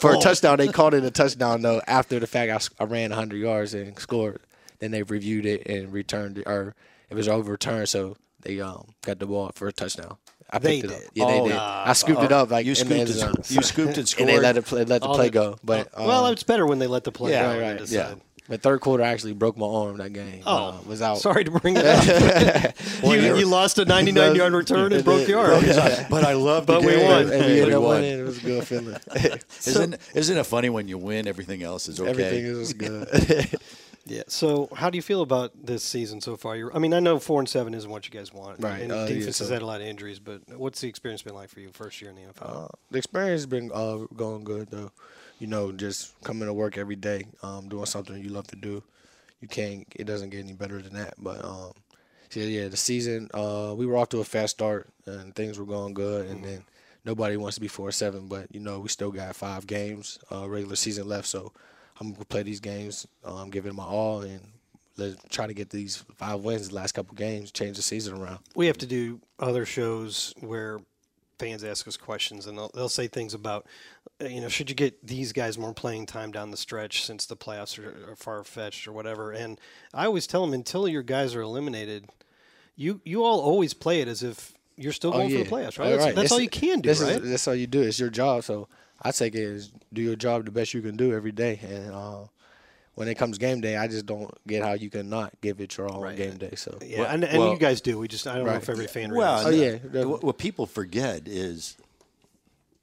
for a touchdown they called it a touchdown though. After the fact, I, s- I ran 100 yards and scored. Then they reviewed it and returned it, or it was overturned, so they um got the ball for a touchdown. I
They
picked it
did.
up. Yeah, they
Oh,
did.
uh,
I scooped it up like
you
in the
scooped,
end
and,
zone. *laughs*
sc- you scooped and scored.
and they let it play, let the
All
play
the- Oh,
go. But
well,
um,
it's better when they let the play
yeah,
go.
right,
and
right,
yeah,
decide.
The third quarter I actually broke my arm that game.
Oh,
Uh, was out.
Sorry to
*laughs*
bring that up. you, you lost a 99 yard return and broke your arm.
*laughs*
*laughs*
But
*laughs*
I love
But
the
we
game.
won.
And we
But
ended
we
up
won.
winning. It was a good
*laughs*
feeling.
Isn't isn't it funny when you win? Everything else is okay.
Everything is just good.
Yeah. So, how do you feel about this season so far? You're, I mean, I know four and seven isn't what you guys want,
Right.
And
Uh, yeah,
defense has
so-
had a lot of injuries, but what's the experience been like for you first year in the NFL?
Uh, the experience has been uh, going good though. You know, just coming to work every day, um, doing something you love to do. You can't. It doesn't get any better than that. But um, yeah, yeah, the season uh, we were off to a fast start and things were going good, and then nobody wants to be four seven, but you know we still got five games uh, regular season left, so I'm gonna play these games, um, give it my all, and let's try to get these five wins the last couple games, change the season around.
we have to do other shows where fans ask us questions and they'll, they'll say things about uh, you know should you get these guys more playing time down the stretch since the playoffs are, are far-fetched or whatever and i always tell them until your guys are eliminated you you all always play it as if you're
Oh,
still going for the playoffs right that's, that's
This-
all you can do
this is-
right
that's all you do. It's your job. So I take it as do your job the best you can do every day. And uh, when it comes game day, I just don't get how you can not give it your all on game day. So
yeah and, and you guys do we just i don't know if every fan realizes
Well,
Oh,
no.
yeah, definitely.
What, what people forget is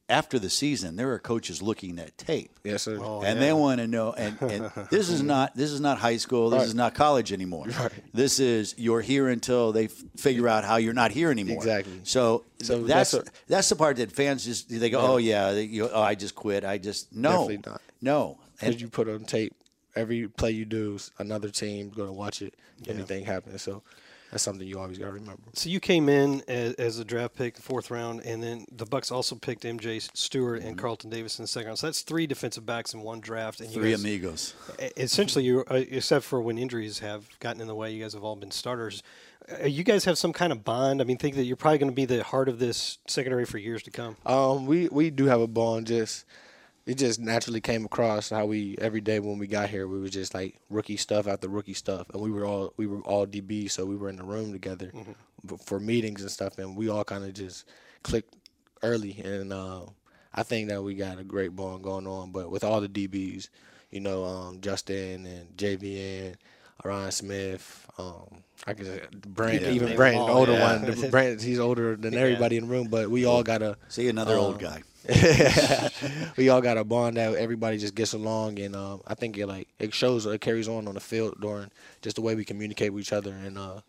after the season, there are coaches looking at tape.
yes, sir.
and they want to know. And,
*laughs*
and this is not this is not high school. This is not college anymore. This is you're here until they f- figure out how you're not here anymore.
Exactly.
So, th-
So
that's that's,
that's
the part that fans just they go, oh yeah, they- you, oh, I just quit. I just no,
Definitely not.
no. And
Because you put on tape every play you do, s- another team going to watch it. Anything happens, so that's something you always got to remember.
So you came in as, as a draft pick, fourth round, and then the Bucks also picked MJ Stewart
Mm-hmm.
and Carlton Davis in the second round. So that's three defensive backs in one draft. And
three
you guys,
amigos.
e- essentially, you uh, except for when injuries have gotten in the way, you guys have all been starters. Uh, you guys have some kind of bond. I mean, think that you're probably going to be the heart of this secondary for years to come.
Um, we we do have a bond. Just it just naturally came across how we every day when we got here, we were just like rookie stuff after rookie stuff, and we were all we were all DB, so we were in the room together b- for meetings and stuff, and we all kind of just clicked early, and uh, I think that we got a great bond going on. But with all the DBs, you know, um, Justin and JVN. Ryan Smith, um, I can say Brand,
can name
even
'em
Brandon, the
all,
older
yeah.
one, the Brandon, he's older than everybody in the room, but we all got a
See another
Uh,
old guy.
we all got a bond that everybody just gets along, and um, I think it like it shows it carries on on the field during just the way we communicate with each other and uh,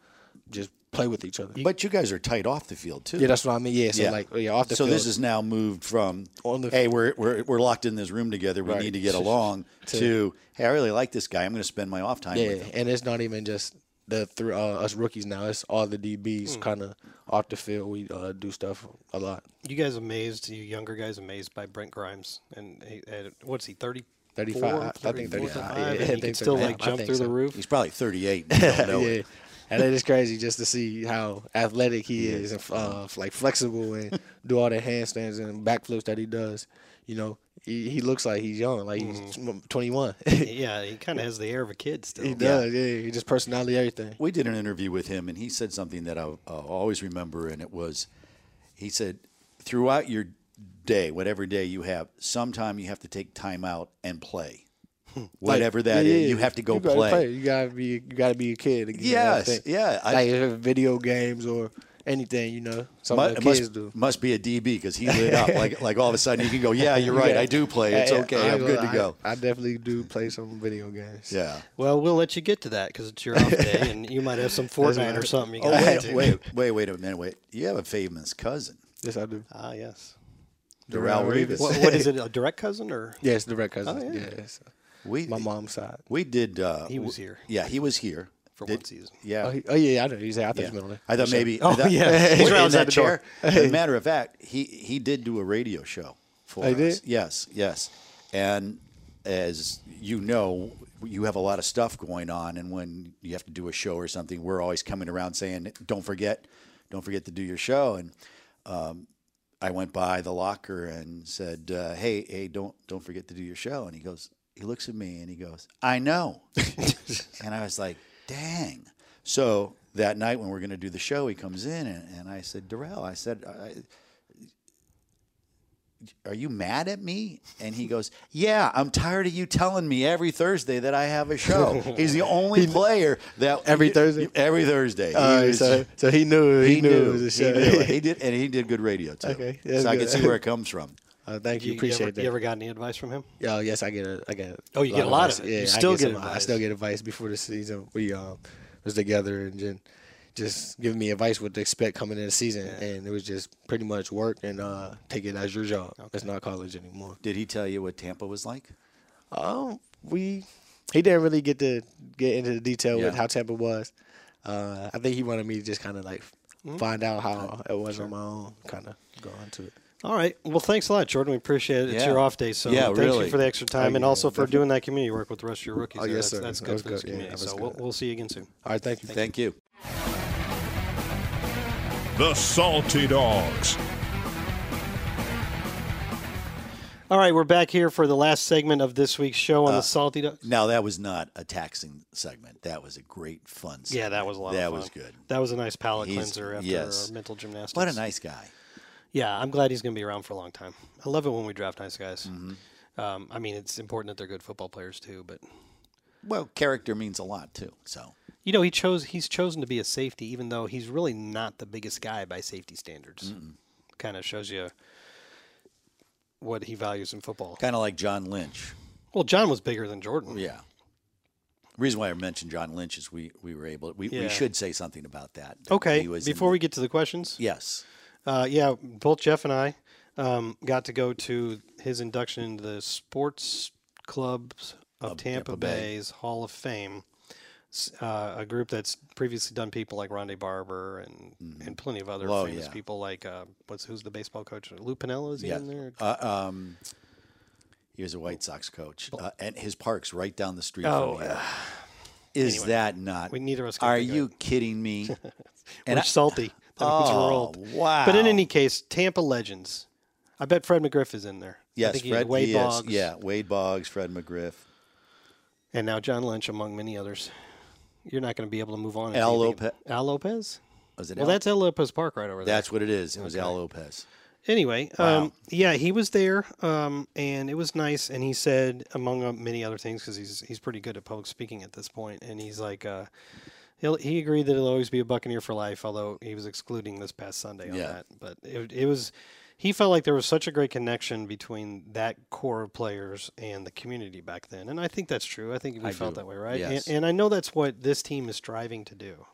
just play with each other.
But you guys are tight off the field too.
yeah, that's what I mean. Yeah, so like yeah, off the
so
field.
this is now moved from
On the f-
hey we're, we're we're locked in this room together we
Right.
need to get along to, hey I really like this guy I'm going to spend my off time
yeah,
with him
and it's not even just the three uh, us rookies now. It's all the DBs
Mm.
kind of off the field. We uh, do stuff a lot.
You guys amazed, you younger guys amazed by Brent Grimes. And he, at, what's he, 30?
35, I think 35, yeah, I
he can
think
still
35,
like
I
jump
think
through the
so.
roof.
he's probably 38
*laughs*
and you don't know it.
yeah. And it is crazy just to see how athletic he is and uh, like
*laughs*
flexible and do all the handstands and backflips that he does. You know, he, he looks like he's young, like he's
Mm-hmm.
tw- 21. *laughs* he
Yeah, he kind of has the air of a kid still.
does, yeah. He just personality, everything.
we did an interview with him and he said something that I'll, I'll always remember and it was he said throughout your day whatever day you have sometime you have to take time out and play whatever that is,
Hmm. Yeah, yeah,
you have to go
gotta
play.
You gotta be, you gotta be a kid. Again,
Yes, yeah, I-
like if video games or anything, you know, something
Mu-
that
it
kids
must,
do.
must be a DB because he lit up like like all of a sudden he can go yeah you're right I do play it's
Yeah, yeah,
okay I'm
ain't
good
gonna
to
lie,
go
I, I definitely do play some video games.
yeah.
Well, we'll let you get to that because it's your off
*laughs*
day, and you might have some Fortnite or something. You
Oh,
gotta do.
wait, wait, wait, wait a minute. Wait, you have a famous cousin,
Yes, I
Oh.
do.
Ah,
*laughs*
yes.
Darrell Revis.
What, what is it? A direct cousin or?
Yes, direct cousin.
Oh,
yeah.
Yes,
we,
my mom's side.
We did. Uh,
He was here.
Yeah, he was here
For
Did-
one season.
Yeah.
Oh, he, oh yeah, yeah, I know. He's, I thought
yeah.
he's been on there.
I thought
For sure.
maybe.
Oh,
I thought-
yeah.
*laughs*
He's
in
right outside
that
the
chair.
door.
As a matter of fact, he he did do a radio show for
I
us.
did?
Yes, yes. And as you know, you have a lot of stuff going on, and when you have to do a show or something, we're always coming around saying, "Don't forget, don't forget to do your show." And um, I went by the locker and said, uh, "Hey, hey, don't don't forget to do your show." And he goes, he looks at me and he goes, "I know." and I was like, "Dang!" So that night when we're going to do the show, he comes in and, and I said, "Darrell," I said, I, are you mad at me? And he goes, Yeah, I'm tired of you telling me every Thursday that I have a
*laughs*
show. He's the only player that
Every Thursday?
Every Thursday.
All
He
right,
was-
so, so he knew he,
he
knew,
knew.
it was a
He
show.
knew.
*laughs*
He did, and he did good radio too.
Okay, that's
so I can
good.
see
*laughs*
where it comes from.
Uh, thank
You, you,
you,
ever,
appreciate
you
that.
ever got any advice from him?
Yo, yes, I get a, I get.
Oh, you get a lot of it.
Yeah,
You
I
still get
some- I
advice.
still get advice before the season. We um was together and then just giving me advice what to expect coming in the season, and it was just pretty much work and uh take it as your job. It's not college anymore.
Did he tell you what Tampa was like?
Um, we he didn't really get to get into the detail with
Yeah.
how Tampa was. Uh, I think he wanted me to just kind of like find out how it was on my own, kind of go into it.
All right. Well, thanks a lot, Jordan. We appreciate it. It's
Yeah.
your off day, so
Yeah,
thank
really.
you for the extra time and
yeah,
also for doing that community work with the rest of your rookies.
Oh,
there.
yes,
that's,
sir.
That's
That
good
was
for this
good. Yeah,
community.
that was
so we'll,
good.
we'll see you again soon.
All right, thank you.
Thank you.
The Salty Dogs.
All right, we're back here for the last segment of this week's show
Uh,
on the Salty Ducks.
Now that was not a taxing segment. That was a great fun. Segment.
Yeah, that was a lot. of
That
fun.
was good.
That was a nice palate
He's-
cleanser after
yes.
our mental gymnastics.
What a nice guy.
Yeah, I'm glad he's going to be around for a long time. I love it when we draft nice guys.
Mm-hmm.
Um, I mean, it's important that they're good football players too, but
Well, character means a lot too. So
you know, he chose he's chosen to be a safety, even though he's really not the biggest guy by safety standards. Kind of shows you what he values in football.
kind of like John Lynch.
Well, John was bigger than Jordan.
Yeah. Reason why I mentioned John Lynch is we, we were able we,
Yeah.
we should say something about that. that
Okay,
he was in
before
the-
we get to the questions,
yes
Uh, yeah, both Jeff and I um, got to go to his induction into the Sports Clubs of Tampa,
Tampa Bay.
Bay's Hall of Fame. S- Uh, a group that's previously done people like Rondé Barber and, and plenty of other
Oh,
famous
yeah.
people like uh, what's who's the baseball coach Lou Pinella is he
yeah
in there?
Uh, um he was a White Sox coach uh, and his park's right down the street.
Oh,
from here. is that not?
we- neither of us can
Are
think of
you kidding
*laughs*
me?
We're
I- *laughs*
salty. That one's
Oh,
rolled. But in
wow.
any case, Tampa legends. I bet Fred McGriff is in there. I
yes,
think he had
Fred.
Wade
he is.
Boggs,
Yeah, Wade Boggs, Fred McGriff,
and now John Lynch, among many others. You're not going to be able to move on.
Al
until you think-
Lope-
Al Lopez.
Was it
Well,
Al?
that's El Lopez Park right over there.
That's what it is. It was Al Lopez.
anyway. Um, yeah, he was there, um, and it was nice. And he said, among uh, many other things, because he's he's pretty good at public speaking at this point, and he's like, uh, he'll, he agreed that he'll always be a Buccaneer for life, although he was excluding this past Sunday on
Yeah.
that. But it, it was. He felt like there was such a great connection between that core of players and the community back then, and I think that's true. I think we felt
do.
that way, right?
Yes.
And, and I know that's what this team is striving to do.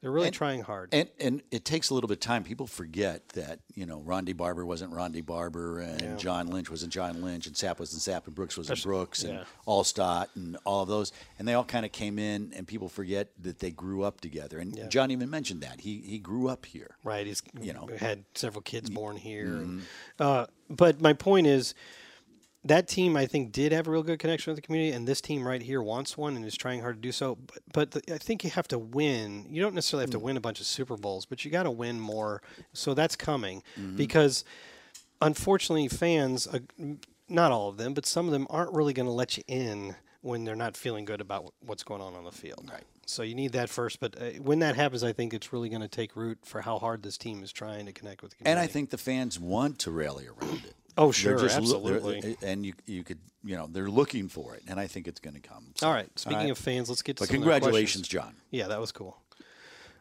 They're really trying hard.
And and it takes a little bit of time. People forget that you know Rondy Barber wasn't Rondy Barber, and John Lynch wasn't John Lynch, and Sapp wasn't Sapp, and Brooks wasn't Brooks, and
yeah.
Allstott, and all of those. And they all kind of came in, and people forget that they grew up together. And John even mentioned that he he grew up here.
right? He's you know
know. mm-hmm.
had several kids born here. and- Uh, but my point is that team I think did have a real good connection with the community, and this team right here wants one and is trying hard to do so. But, but the, I think you have to win. You don't necessarily have
Mm.
to win a bunch of Super Bowls, but you got to win more. So that's coming
Mm-hmm.
because unfortunately, fans, uh, m- not all of them, but some of them aren't really going to let you in when they're not feeling good about wh- what's going on on the field. Right. So you need that first. But uh, when that happens, I think it's really going to take root for how hard this team is trying to connect with the community.
And I think the fans want to rally around it.
Oh,
They're
sure,
loo- they're-
absolutely.
and you you could you know they're looking for it, and I think it's going to come. So-
All right. Speaking
right.
of fans, let's get to
But
some of their questions.
congratulations, John.
Yeah, that was cool.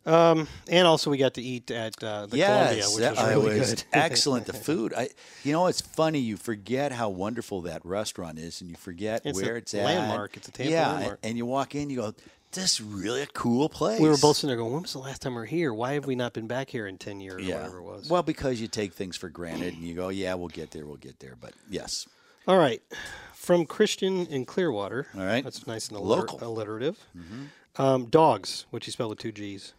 Um, and also we got to eat at uh, the Columbia, which
that-
was really
I was
good.
*laughs* excellent. The food, I, you know, it's funny. You forget how wonderful that restaurant is, and you forget
It's a
where it's
landmark.
at.
It's a Tampa
yeah,
landmark.
and you walk in, you go, "This is really a cool place."
We were both *laughs* sitting there going, "When was the last time we were here? Why have we not been back here in ten years or whatever it was?"
Well, because you take things for granted, and you go, "Yeah, we'll get there. We'll get there." But yes,
All right, from Christian in Clearwater.
All right.
that's nice and alliter-
Local. Mm-hmm.
alliterative. Um, dogs, which he spelled with two G's.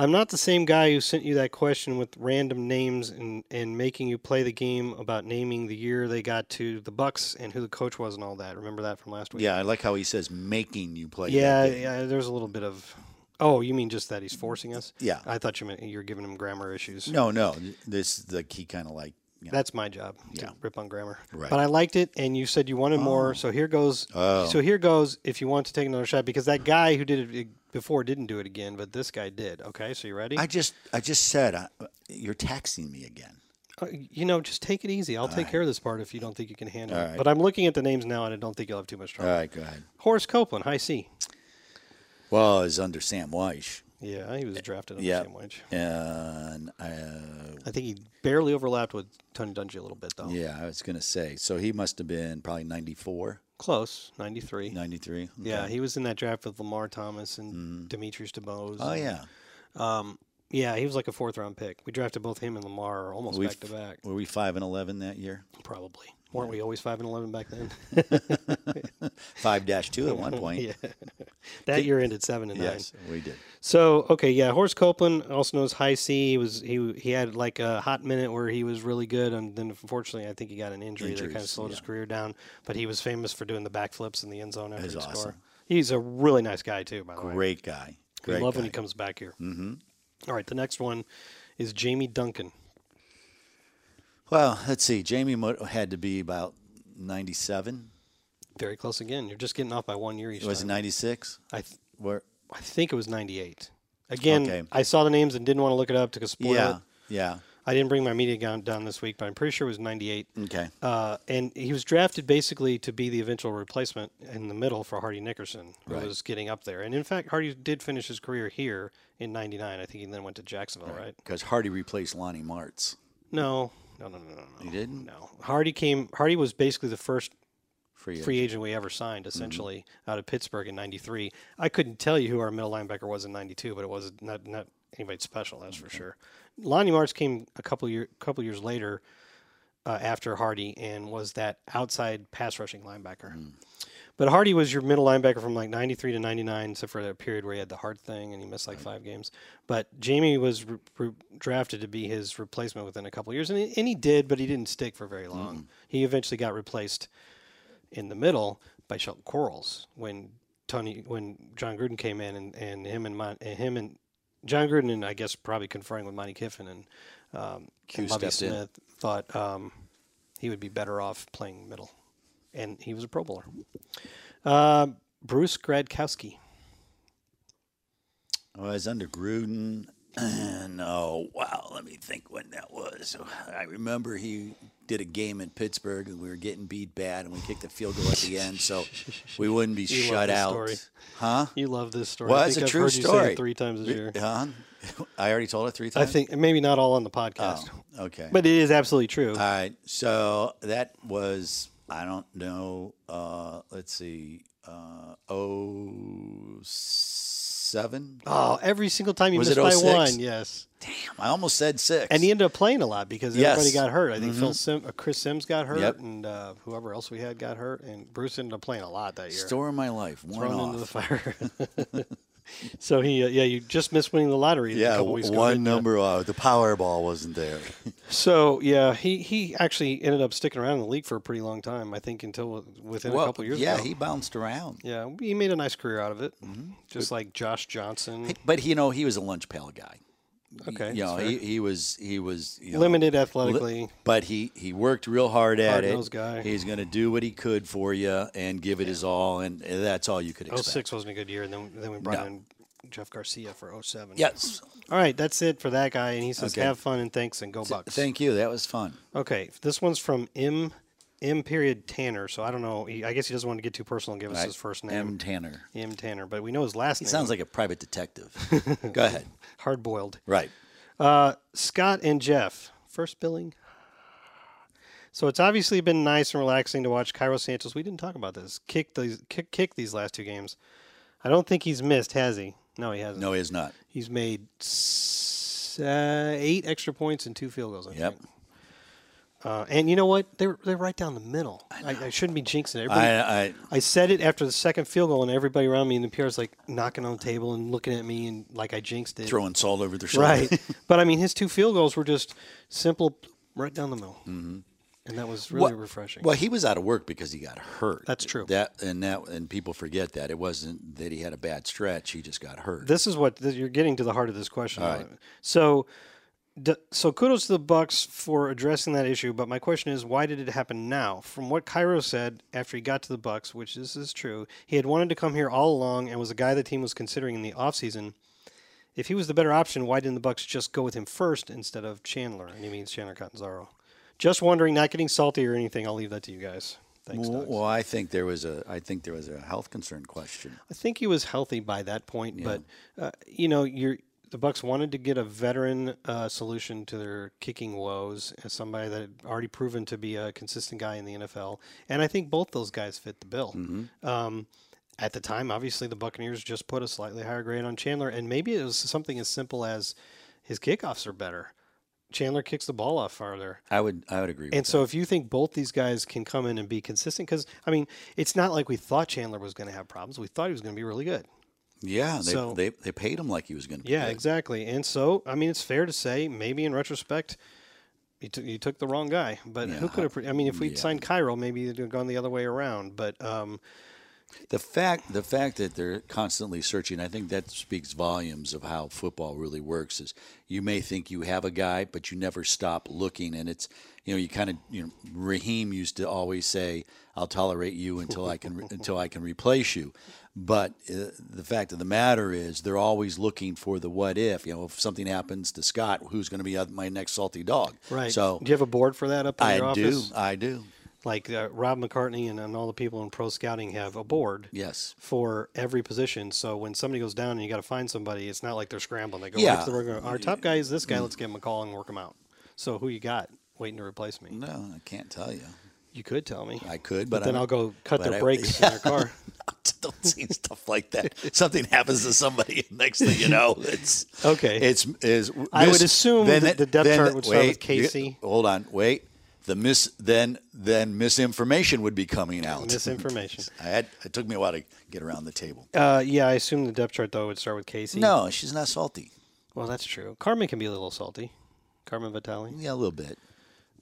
I'm not the same guy who sent you that question with random names and, and making you play the game about naming the year they got to the Bucks and who the coach was and all that. Remember that from last week?
yeah, I like how he says making you play. that
Yeah,
game.
yeah, there's a little bit of. Oh, you mean just that he's forcing us?
Yeah.
I thought you meant you're giving him grammar issues.
No, no. This like he kind of like. You know,
That's my job to
Yeah.
rip on grammar.
Right. Oh.
But I liked it, and you said you wanted more, so here goes. So here goes. If you want to take another shot, because that guy who did it eh, before didn't do it again, but this guy did. Okay, so you ready?
I just, I just said, I, you're uh, taxing me again.
uh, you know, just take it easy. I'll take care of this part if you don't think you can handle it.
right. Uh.
But I'm looking at the names now, and I don't think you'll have too much
All
trouble.
right, go ahead.
Horace Copeland, high C.
Well, it's under Sam Weish.
Yeah, he was drafted on
Eh, Yeah.
the same wage.
And uh,
I think he barely overlapped with Tony Dungy a little bit, though.
yeah, I was going to say. So he must have been probably 94,
Close, 93.
93. Okay. Mm-hmm.
Yeah, he was in that draft with Lamar Thomas and Demetrius DeBose.
Oh, yeah.
Yeah, he was like a fourth round pick. We drafted both him and Lamar almost
We-
back to back,
Were we 5 and 11 that year?
probably. Weren't we always 5 and 11 back
*laughs*
then? *laughs*
5 dash 2 at one point.
yeah. that year ended 7 and 9.
Yes, we did.
So okay, yeah, Horace Copeland also knows high C. He was he he had like a hot minute where he was really good, and then unfortunately, I think he got an injury that kind of
Injuries,
slowed his
yeah.
career down. But he was famous for doing the backflips in the end zone after
He's
he score.
awesome.
He's a really nice guy too, by the way.
Great guy.
We
Great
love
guy.
when he comes back here. Mm-hmm. right, the next one is Jamie Duncan.
Well, let's see. Jamie Mo- had to be about 97.
Very close again. You're just getting off by one year each
Was it
time.
96?
I th-
Where?
I think it was 98. Again,
Okay.
I saw the names and didn't want to look it up to spoil
yeah.
it.
Yeah.
I didn't bring my media gown down this week, but I'm pretty sure it was 98.
Okay.
Uh, and he was drafted basically to be the eventual replacement in the middle for Hardy Nickerson, who
Right.
was getting up there. And in fact, Hardy did finish his career here in '99. I think he then went to Jacksonville, right?
Because Hardy replaced Lonnie Martz.
No, no, no, no, no. He
didn't?
No, Hardy came. Hardy was basically the first
Free.
free agent we ever signed, essentially out of Pittsburgh in '93. I couldn't tell you who our middle linebacker was in '92, but it was not not anybody special, that's for sure. Lonnie Martz came a couple year couple years later uh, after Hardy and was that outside pass rushing linebacker. But Hardy was your middle linebacker from like 93 to 99, except for that period where he had the heart thing and he missed like five games. But Jamie was re- re- drafted to be his replacement within a couple years, and he, and he did, but he didn't stick for very long. He eventually got replaced in the middle by Shelton Quarles when Tony when John Gruden came in and, and him and, Mon, and him and John Gruden and I guess probably conferring with Monty Kiffin and um,
Q
and Lovie
stepped in.
Smith thought um, he would be better off playing middle, and he was a Pro Bowler. Uh, Bruce Gradkowski.
I was under Gruden. And oh, wow. Let me think when that was. I remember he did a game in Pittsburgh and we were getting beat bad and we kicked a field goal at the end so we wouldn't
*laughs*
be
You love
shut
this
out.
story.
Huh?
You love this story.
Well,
I
that's
think
a
I've
true
heard You say
story.
it three times this year.
Huh? I already told it three
I
times.
think maybe not all on the
Oh,
podcast,
okay.
but it is absolutely true.
All right. So that was I don't know. Uh, let's see. Uh, oh seven.
oh, every single time you
Was
missed
it
by
06?
one, yes.
I almost said six.
And he ended up playing a lot because
Yes. Mm-hmm.
everybody got hurt. I think Phil Sim, uh, Chris Sims got hurt,
Yep.
and uh, whoever else we had got hurt, and Bruce ended up playing a lot that year.
Store of my life. One
thrown into the
off.
fire. *laughs* so he, uh, yeah, you just missed winning the lottery. a
Yeah,
couple weeks
w-
ago,
one
didn't ya?
number off. The Powerball wasn't there.
So yeah, he he actually ended up sticking around in the league for a pretty long time. I think until
*laughs*
within a couple years.
yeah,
ago.
he Mm-hmm. bounced around.
yeah, he made a nice career out of it, just like Josh Johnson.
But you know, he was a lunch pail guy.
Okay,
You know,
that's fair.
he, he was he was you know,
limited
li-
athletically.
but he he worked real hard at it.
Hard-nosed guy.
He's going to do what he could for you and give it his all, and that's all you could
Oh
expect.
six wasn't a good year, and then then we brought
No.
in Jeff Garcia for oh seven.
Yes.
All right, that's it for that guy, and he says,
Okay.
"Have fun and thanks, and go Bucks."
Thank you. That was fun.
Okay, this one's from M. M. Period Tanner. So I don't know. He, I guess he doesn't want to get too personal and give us his first name.
M. Tanner.
M. Tanner, but we know his last
He
name.
sounds like a
*laughs*
private detective. Go ahead.
hard boiled.
Right.
Uh, Scott and Jeff, first billing. So it's obviously been nice and relaxing to watch Cairo Santos. We didn't talk about this. Kick these kick, kick these last two games. I don't think he's missed, has he? No, he hasn't.
No, he is not.
He's made s- uh, eight extra points and two field goals. I
Yep.
think. Uh, and you know what? They're they're right down the middle. I, I, shouldn't be jinxing it. Everybody,
I, uh,
I,
I
said it after the second field goal, and everybody around me in the PR is like knocking on the table and looking at me, and like I jinxed it.
throwing salt over their shoulder. *laughs*
Right. but I mean, his two field goals were just simple, right down the middle, mm-hmm. and that was really
Well-
refreshing.
Well, he was out of work because he got hurt.
That's true.
That and that and people forget that it wasn't that he had a bad stretch. He just got hurt.
This is what th- you're getting to the heart of this question. So, d- so kudos to the Bucks for addressing that issue. But my question is, why did it happen now? From what Cairo said after he got to the Bucks, which this is true, he had wanted to come here all along and was a guy the team was considering in the offseason. if he was the better option, why didn't the Bucks just go with him first instead of Chandler? And he means Chandler Catanzaro. Just wondering, not getting salty or anything. I'll leave that to you guys. Thanks,
Well,
Doug.
well, I think there was a I think there was a health concern question.
I think he was healthy by that point, but uh, you know, you're the Bucks wanted to get a veteran uh, solution to their kicking woes, as somebody that had already proven to be a consistent guy in the NFL, and I think both those guys fit the bill. Um, at the time, obviously, the Buccaneers just put a slightly higher grade on Chandler, and maybe it was something as simple as his kickoffs are better. Chandler kicks the ball off farther.
I would I would agree.
And
with
so, if you think both these guys can come in and be consistent, because I mean, it's not like we thought Chandler was going to have problems. We thought he was going to be really good.
that. yeah, they,
so-
they they paid him like he was going to.
Yeah, exactly. And so, I mean, it's fair to say, maybe in retrospect, you, took you took the wrong guy. But who could have? Pre- I mean, if we'd signed Cairo, maybe it'd have gone the other way around. But um,
The fact the fact that they're constantly searching, I think that speaks volumes of how football really works. Is you may think you have a guy, but you never stop looking, and it's you know you kind of you know Raheem used to always say, "I'll tolerate you until I
*laughs*
can re- until I can replace you," but uh, the fact of the matter is they're always looking for the what if. You know, if something happens to Scott, who's going to be uh, my next salty dog?
right.
So
do you have a board for that up in your
I do,
office?
I do.
Like uh, Rob McCartney and, and all the people in pro scouting have a board.
Yes.
For every position, so when somebody goes down and you got to find somebody, it's not like they're scrambling. They go,
Yeah.
right to the regular- our top guy is this guy. Let's give him a call and work him out. So who you got waiting to replace me?
No, I can't tell you.
You could tell me.
I could, but,
then
I'm-
I'll go cut
but
their
I- *laughs*
brakes in their car.
don't see stuff like that. Something happens to somebody, and next thing you know, it's
Okay.
It's is
I would
miss-
assume
then
that the depth
then-
chart would start with
you-
Casey.
hold on, wait. The mis then then misinformation would be coming out.
Misinformation.
I had it took me a while to get around the table.
Uh, yeah, I assume the depth chart though would start with Casey.
No, she's not salty.
well that's true. Carmen can be a little salty. Carmen Vitale.
Yeah, a little bit.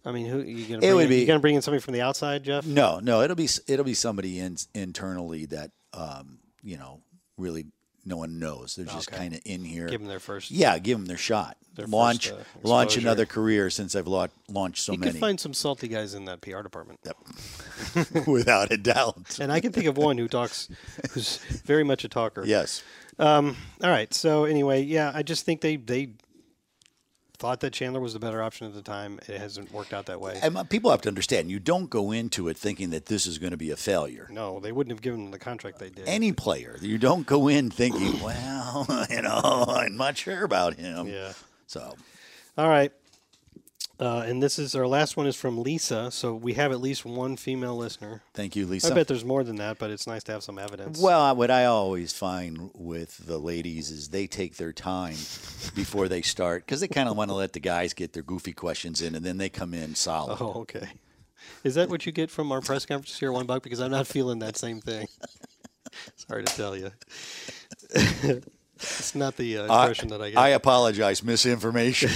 I mean, who you gonna?
It
Bring
would
in,
be-
You gonna bring in somebody from the outside, Jeff?
No, no, it'll be it'll be somebody in, internally that um, you know really no one knows. They're just kind of in here.
Give them their first.
yeah, give them their shot. launch
first, uh,
launch
exposure.
another career since I've lau- launched so
You
many.
could find some salty guys in that PR department,
*laughs* without
*laughs*
a doubt.
and I can think of one who talks,
*laughs*
who's very much a talker.
Yes.
All right. So anyway, yeah, I just think they they thought that Chandler was the better option at the time. It hasn't worked out that way.
And uh, people have to understand you don't go into it thinking that this is going to be a failure.
no, they wouldn't have given him the contract they did.
Any player, you don't go
*clears throat*
in thinking, well, *laughs* you know, I'm not sure about him.
Yeah.
So,
All right. Uh, and this is our last one is from Lisa. So we have at least one female listener.
thank you,
I
Lisa.
bet there's more than that, but it's nice to have some evidence.
well, I- what I always find with the ladies is they take their time before they start because they kind of want to let the guys get their goofy questions in and then they come in solid.
*laughs* Oh, okay. Is that what you get from our press conference here, one buck? Because I'm not feeling that same thing. Sorry to tell you. *laughs* it's not the uh, impression that I get.
I
*laughs*
apologize, misinformation.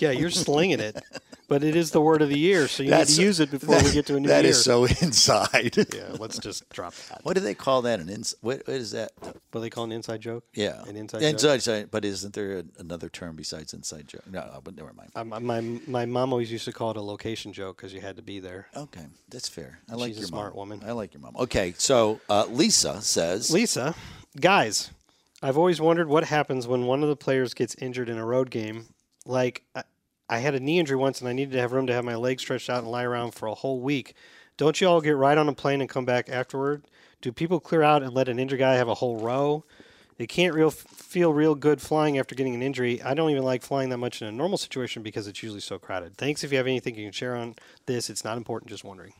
yeah, you're slinging it, but it is the word of the year, so you need
That's-
to use it before we get to a new
That
year.
is so *laughs* inside.
Yeah, let's just drop that.
What do they call that? An ins- what, what is that?
What do they call an inside joke?
Yeah,
An inside, joke.
inside, joke. But isn't there a, another term besides inside joke? No, no, but never mind.
Um, my my mom always used to call it a location joke because you had to be there.
Okay, that's fair. I like
She's a
your
smart
mom.
woman.
I like your mom. Okay, so uh, Lisa says
Lisa, guys, I've always wondered what happens when one of the players gets injured in a road game. Like, I, I had a knee injury once and I needed to have room to have my legs stretched out and lie around for a whole week. Don't you all get right on a plane and come back afterward? Do people clear out and let an injured guy have a whole row? It can't real feel real good flying after getting an injury. I don't even like flying that much in a normal situation because it's usually so crowded. Thanks if you have anything you can share on this. It's not important, just wondering.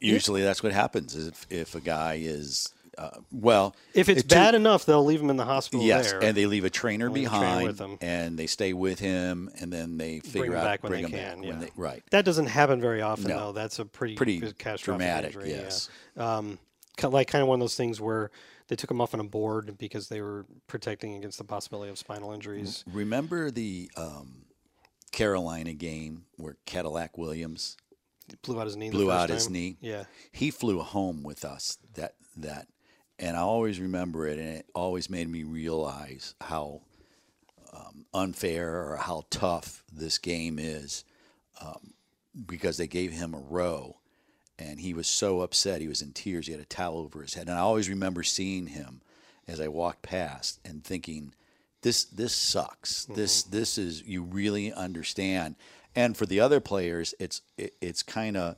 usually that's what happens is if, if a guy is uh, well,
If it's
it took-
bad enough, they'll leave him in the hospital
Yes,
there.
and they leave a trainer
leave a trainer
behind,
with them.
and they stay with him, and then they figure
bring them
out
back when
bring
they
him
can.
back
yeah.
when they- right.
That doesn't happen very often,
No.
though. That's a pretty
Pretty
good catastrophic
dramatic,
injury, yeah.
yes.
Um, ki- like kind of one of those things where they took him off on a board because they were protecting against the possibility of spinal injuries.
Mm. Remember the um, Carolina game where Cadillac Williams
Blew out his knee. the
blew
first
out his
time.
knee.
Yeah.
he flew home with us that that, and I always remember it, and it always made me realize how um, unfair or how tough this game is, um, because they gave him a row, and he was so upset. He was in tears. He had a towel over his head, and I always remember seeing him. as I walked past and thinking, this this sucks.
Mm-hmm.
This this is you really understand. And for the other players, it's it, it's kind of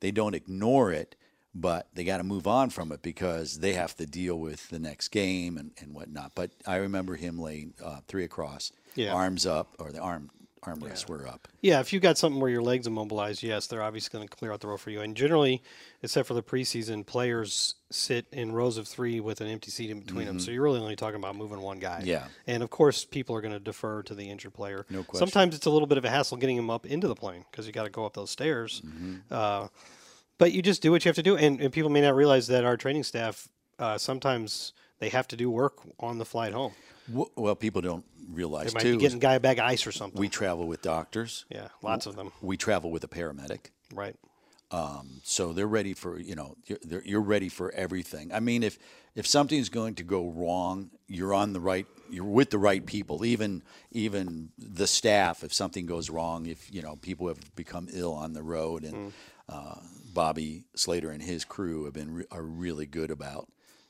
they don't ignore it, but they got to move on from it because they have to deal with the next game and, and whatnot. But I remember him laying uh, three across,
Yeah.
arms up, or the arm armrests were up.
Yeah, if you got something where your legs immobilized, yes, they're obviously going to clear out the row for you. And generally, except for the preseason, players sit in rows of three with an empty seat in between them. So you're really only talking about moving one guy.
Mm-hmm. Yeah.
And of course, people are going to defer to the injured player.
No question.
Sometimes it's a little bit of a hassle getting him up into the plane because you got to go up those stairs.
Mm-hmm.
Uh, but you just do what you have to do. And, and people may not realize that our training staff uh, sometimes they have to do work on the flight home.
W- Well, people don't realize
They might
too.
be
is
getting guy a bag of ice or something.
we travel with doctors.
yeah, lots of them.
We travel with a paramedic.
Right.
so they're ready for you know you're, they're, you're ready for everything i mean if if something's going to go wrong you're on the right you're with the right people even even the staff if something goes wrong if you know people have become ill on the road
Mm.
and uh, bobby slater and his crew have been re- are really good about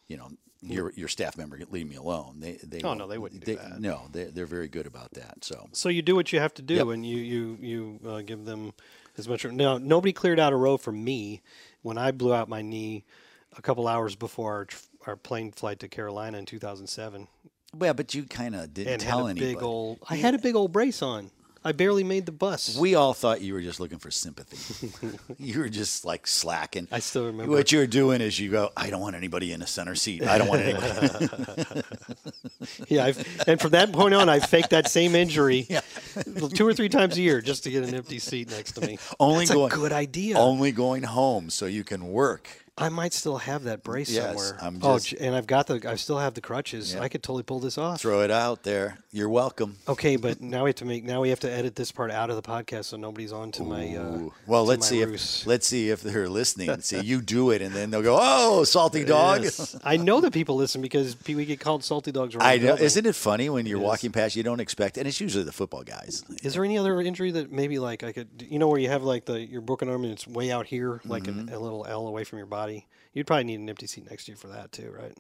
you know your your staff member leave me alone they they
Oh,
won't-
no, they wouldn't
they,
do that.
no they, they're very good about that so
So you do what you have to do,
Yep.
and you you you uh, give them as much. Now nobody cleared out a row for me when I blew out my knee a couple hours before our, tr- our plane flight to Carolina in 2007,
yeah but you kind of didn't
and had
tell
a
anybody
big old. I had a big old brace on. I barely made the bus.
We all thought you were just looking for
*laughs*
sympathy. you were just like slacking.
I still remember.
What you're doing is you go, I don't want anybody in the center seat. I
*laughs*
don't want anybody.
*laughs* yeah, I've, and from that point on, I faked that same
*laughs*
injury *laughs* two or three times a year just to get an empty seat next to me.
*laughs* only
That's
going,
a good idea.
Only going home so you can work.
I might still have that brace
Yes,
somewhere.
I'm
oh,
just-
j- and I've got the. I still have the crutches.
Yeah.
I could totally pull this off.
Throw it out there. You're welcome.
Okay, but now we have to make now we have to edit this part out of the podcast so nobody's on to my. Uh,
Ooh. Well,
to
let's
my
see
ruse.
if let's see if they're listening. See, you do it, and then they'll go, "Oh, salty dog."
Yes. I know that people listen because pe- we get called salty dogs. Around
*laughs* I
the
know.
building.
Isn't it funny when you're walking past, you don't expect, and it's usually the football guys.
Is there any other injury that maybe like I could? You know where you have like the your broken arm and it's way out here, like an,
Mm-hmm.
a little L away from your body. You'd probably need an empty seat next to you for that too, right?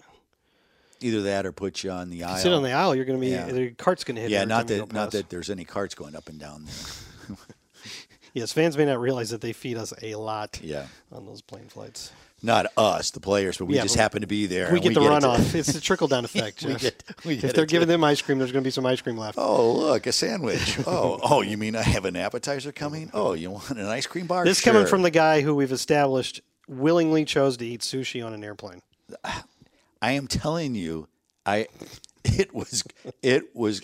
Either that or put you on the aisle.
Sit on the aisle, you're going to be
Yeah.
the cart's going to hit. you
yeah,
every
not
time you
that
go
not
past.
that there's any carts going up and down there.
Yes, fans may not realize that they feed us a lot.
Yeah.
On those plane flights,
Not us, the players, but we
Yeah,
just
but
happen to be there.
we
and
get the
it.
runoff. it's the trickle
*laughs*
down effect.
We
Jeff.
get- we
if
get
they're
it,
giving
too.
them ice cream, there's going to be some ice cream left.
Oh, look,
*laughs*
a sandwich. Oh, oh, you mean I have an appetizer coming? Oh, you want an ice cream bar?
This coming
Sure.
from the guy who we've established willingly chose to eat sushi on an airplane.
I am telling you, I. *laughs* It was. It was.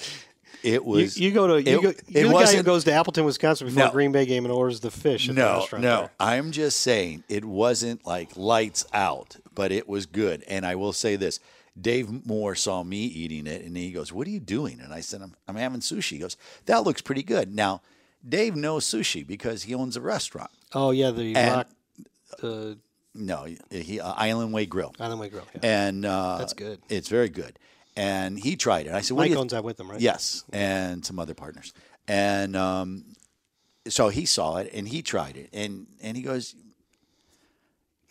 It
You,
was.
you go to you
it-
go,
it
you're the guy who
wasn't-
goes to Appleton, Wisconsin before
No.
a Green Bay game and orders the fish. At the
No,
restaurant
no.
there.
I'm just saying it wasn't like lights out, but it was good. And I will say this Dave Moore saw me eating it and he goes, What are you doing? And I said, I'm, I'm having sushi. He goes, That looks pretty good. Now, Dave knows sushi because he owns a restaurant.
Oh yeah, the
And-
rock, the
No, he uh, Island Way Grill.
Island Way Grill. Yeah.
And uh,
Ah, That's good.
It's very good. And he tried it. I said, What do
Mike
you
owns that with them, right?
Yes, and some other partners. And um, so he saw it and he tried it. And, and he goes,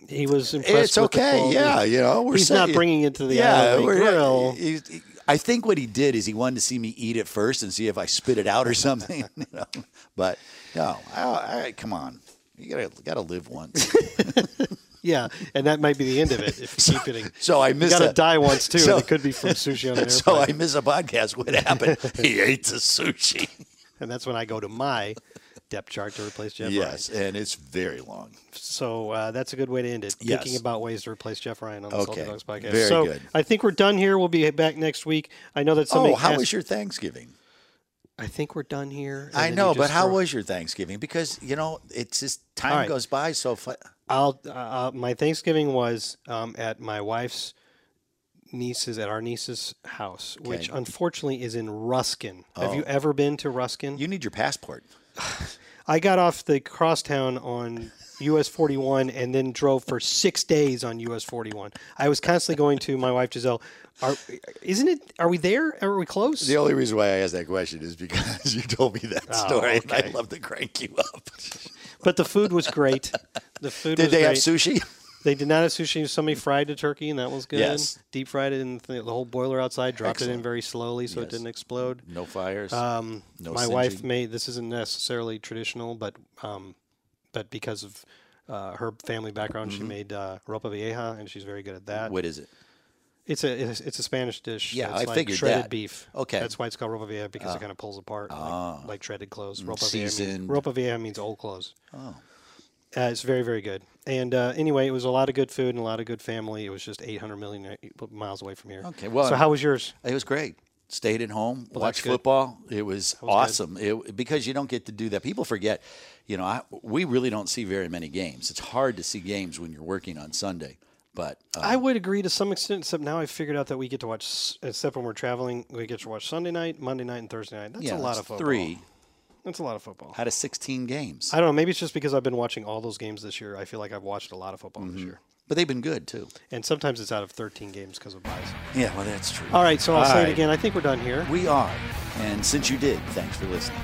he was impressed.
it's
with the
okay.
quality.
yeah, you know, we're
He's not
saying-
bringing it to the Island Way
we're- yeah,
Grill.
he- he- I think what he did is he wanted to see me eat it first and see if I spit it out or *laughs* something. you know? But no, I, I, come on, you gotta gotta live
*laughs*
once.
yeah, and that might be the end of it if you keep eating.
So I
you
missed
got to
a
die once too,
So-
and it could be from sushi on *laughs* an airplane.
So I miss a podcast.
*laughs*
What happened? he ate the sushi.
and that's when I go to my depth chart to replace Jeff. Ryan.
Yes, and it's very long.
So uh, that's a good way to end it.
Yes.
Thinking about ways to replace Jeff Ryan on the Salty
Okay.
Dogs podcast.
Very
so
good.
I think we're done here. We'll be back next week. I know that somebody.
oh, how
asked-
was your Thanksgiving?
I think we're done here. and
I
then
know,
you
but
just
how
throw-
was your Thanksgiving? Because you know, it's just time
right.
goes by so fast.
I'll uh, uh, my Thanksgiving was um, at my wife's niece's at our niece's house, which
Okay. Oh.
unfortunately is in Ruskin. Have you ever been to Ruskin?
You need your passport.
I got off the crosstown on US 41 and then drove for six days on US 41. I was constantly going to my wife Giselle. Are, isn't it? Are we there? Are we close?
The only reason why I asked that question is because *laughs* you told me that story, and
Oh, okay.
I love to crank you up.
But the food was great. The food.
Did
was
they
great.
have sushi?
They did not have sushi. Somebody fried the turkey, and that was good.
Yes.
Deep fried it in the, the whole boiler outside, dropped it in very slowly so it
Yes.
didn't explode.
No fires.
Um,
No
my wife
singeing.
made this isn't necessarily traditional, but um, but because of uh, her family background,
Mm-hmm.
she made uh, ropa vieja, and she's very good at that.
what is it?
It's a it's, it's a Spanish dish.
Yeah,
that's
I
like
figured
shredded
that.
beef.
Okay. Ah.
that's why it's called ropa vieja because it kind of pulls apart like- like, shredded clothes. Ropa vieja means,
Mm, seasoned.
ropa vieja means old clothes. Oh, uh, it's very very good. And uh, anyway, it was a lot of good food and a lot of good family. It was just 800 million uh, miles away from here.
Okay, well,
so how was yours?
It was great. Stayed at home, watched
that's good.
football. It was,
was
awesome. It, because you don't get to do that. People forget, you know, I, we really don't see very many games. It's hard to see games when you're working on Sunday. But uh,
I would agree to some extent, except now I figured out that we get to watch, s- except when we're traveling, we get to watch Sunday night, Monday night, and Thursday night. That's
yeah,
a lot
it's
of football.
three
That's a lot of football.
out of 16 games.
I don't know. Maybe it's just because I've been watching all those games this year. I feel like I've watched a lot of football
Mm-hmm.
this year.
but they've been good, too.
And sometimes it's out of 13 games because of buys.
Yeah, well, that's true.
All right, so I'll
All
say
right.
it again. I think we're done here.
We are. And since you did, thanks for listening.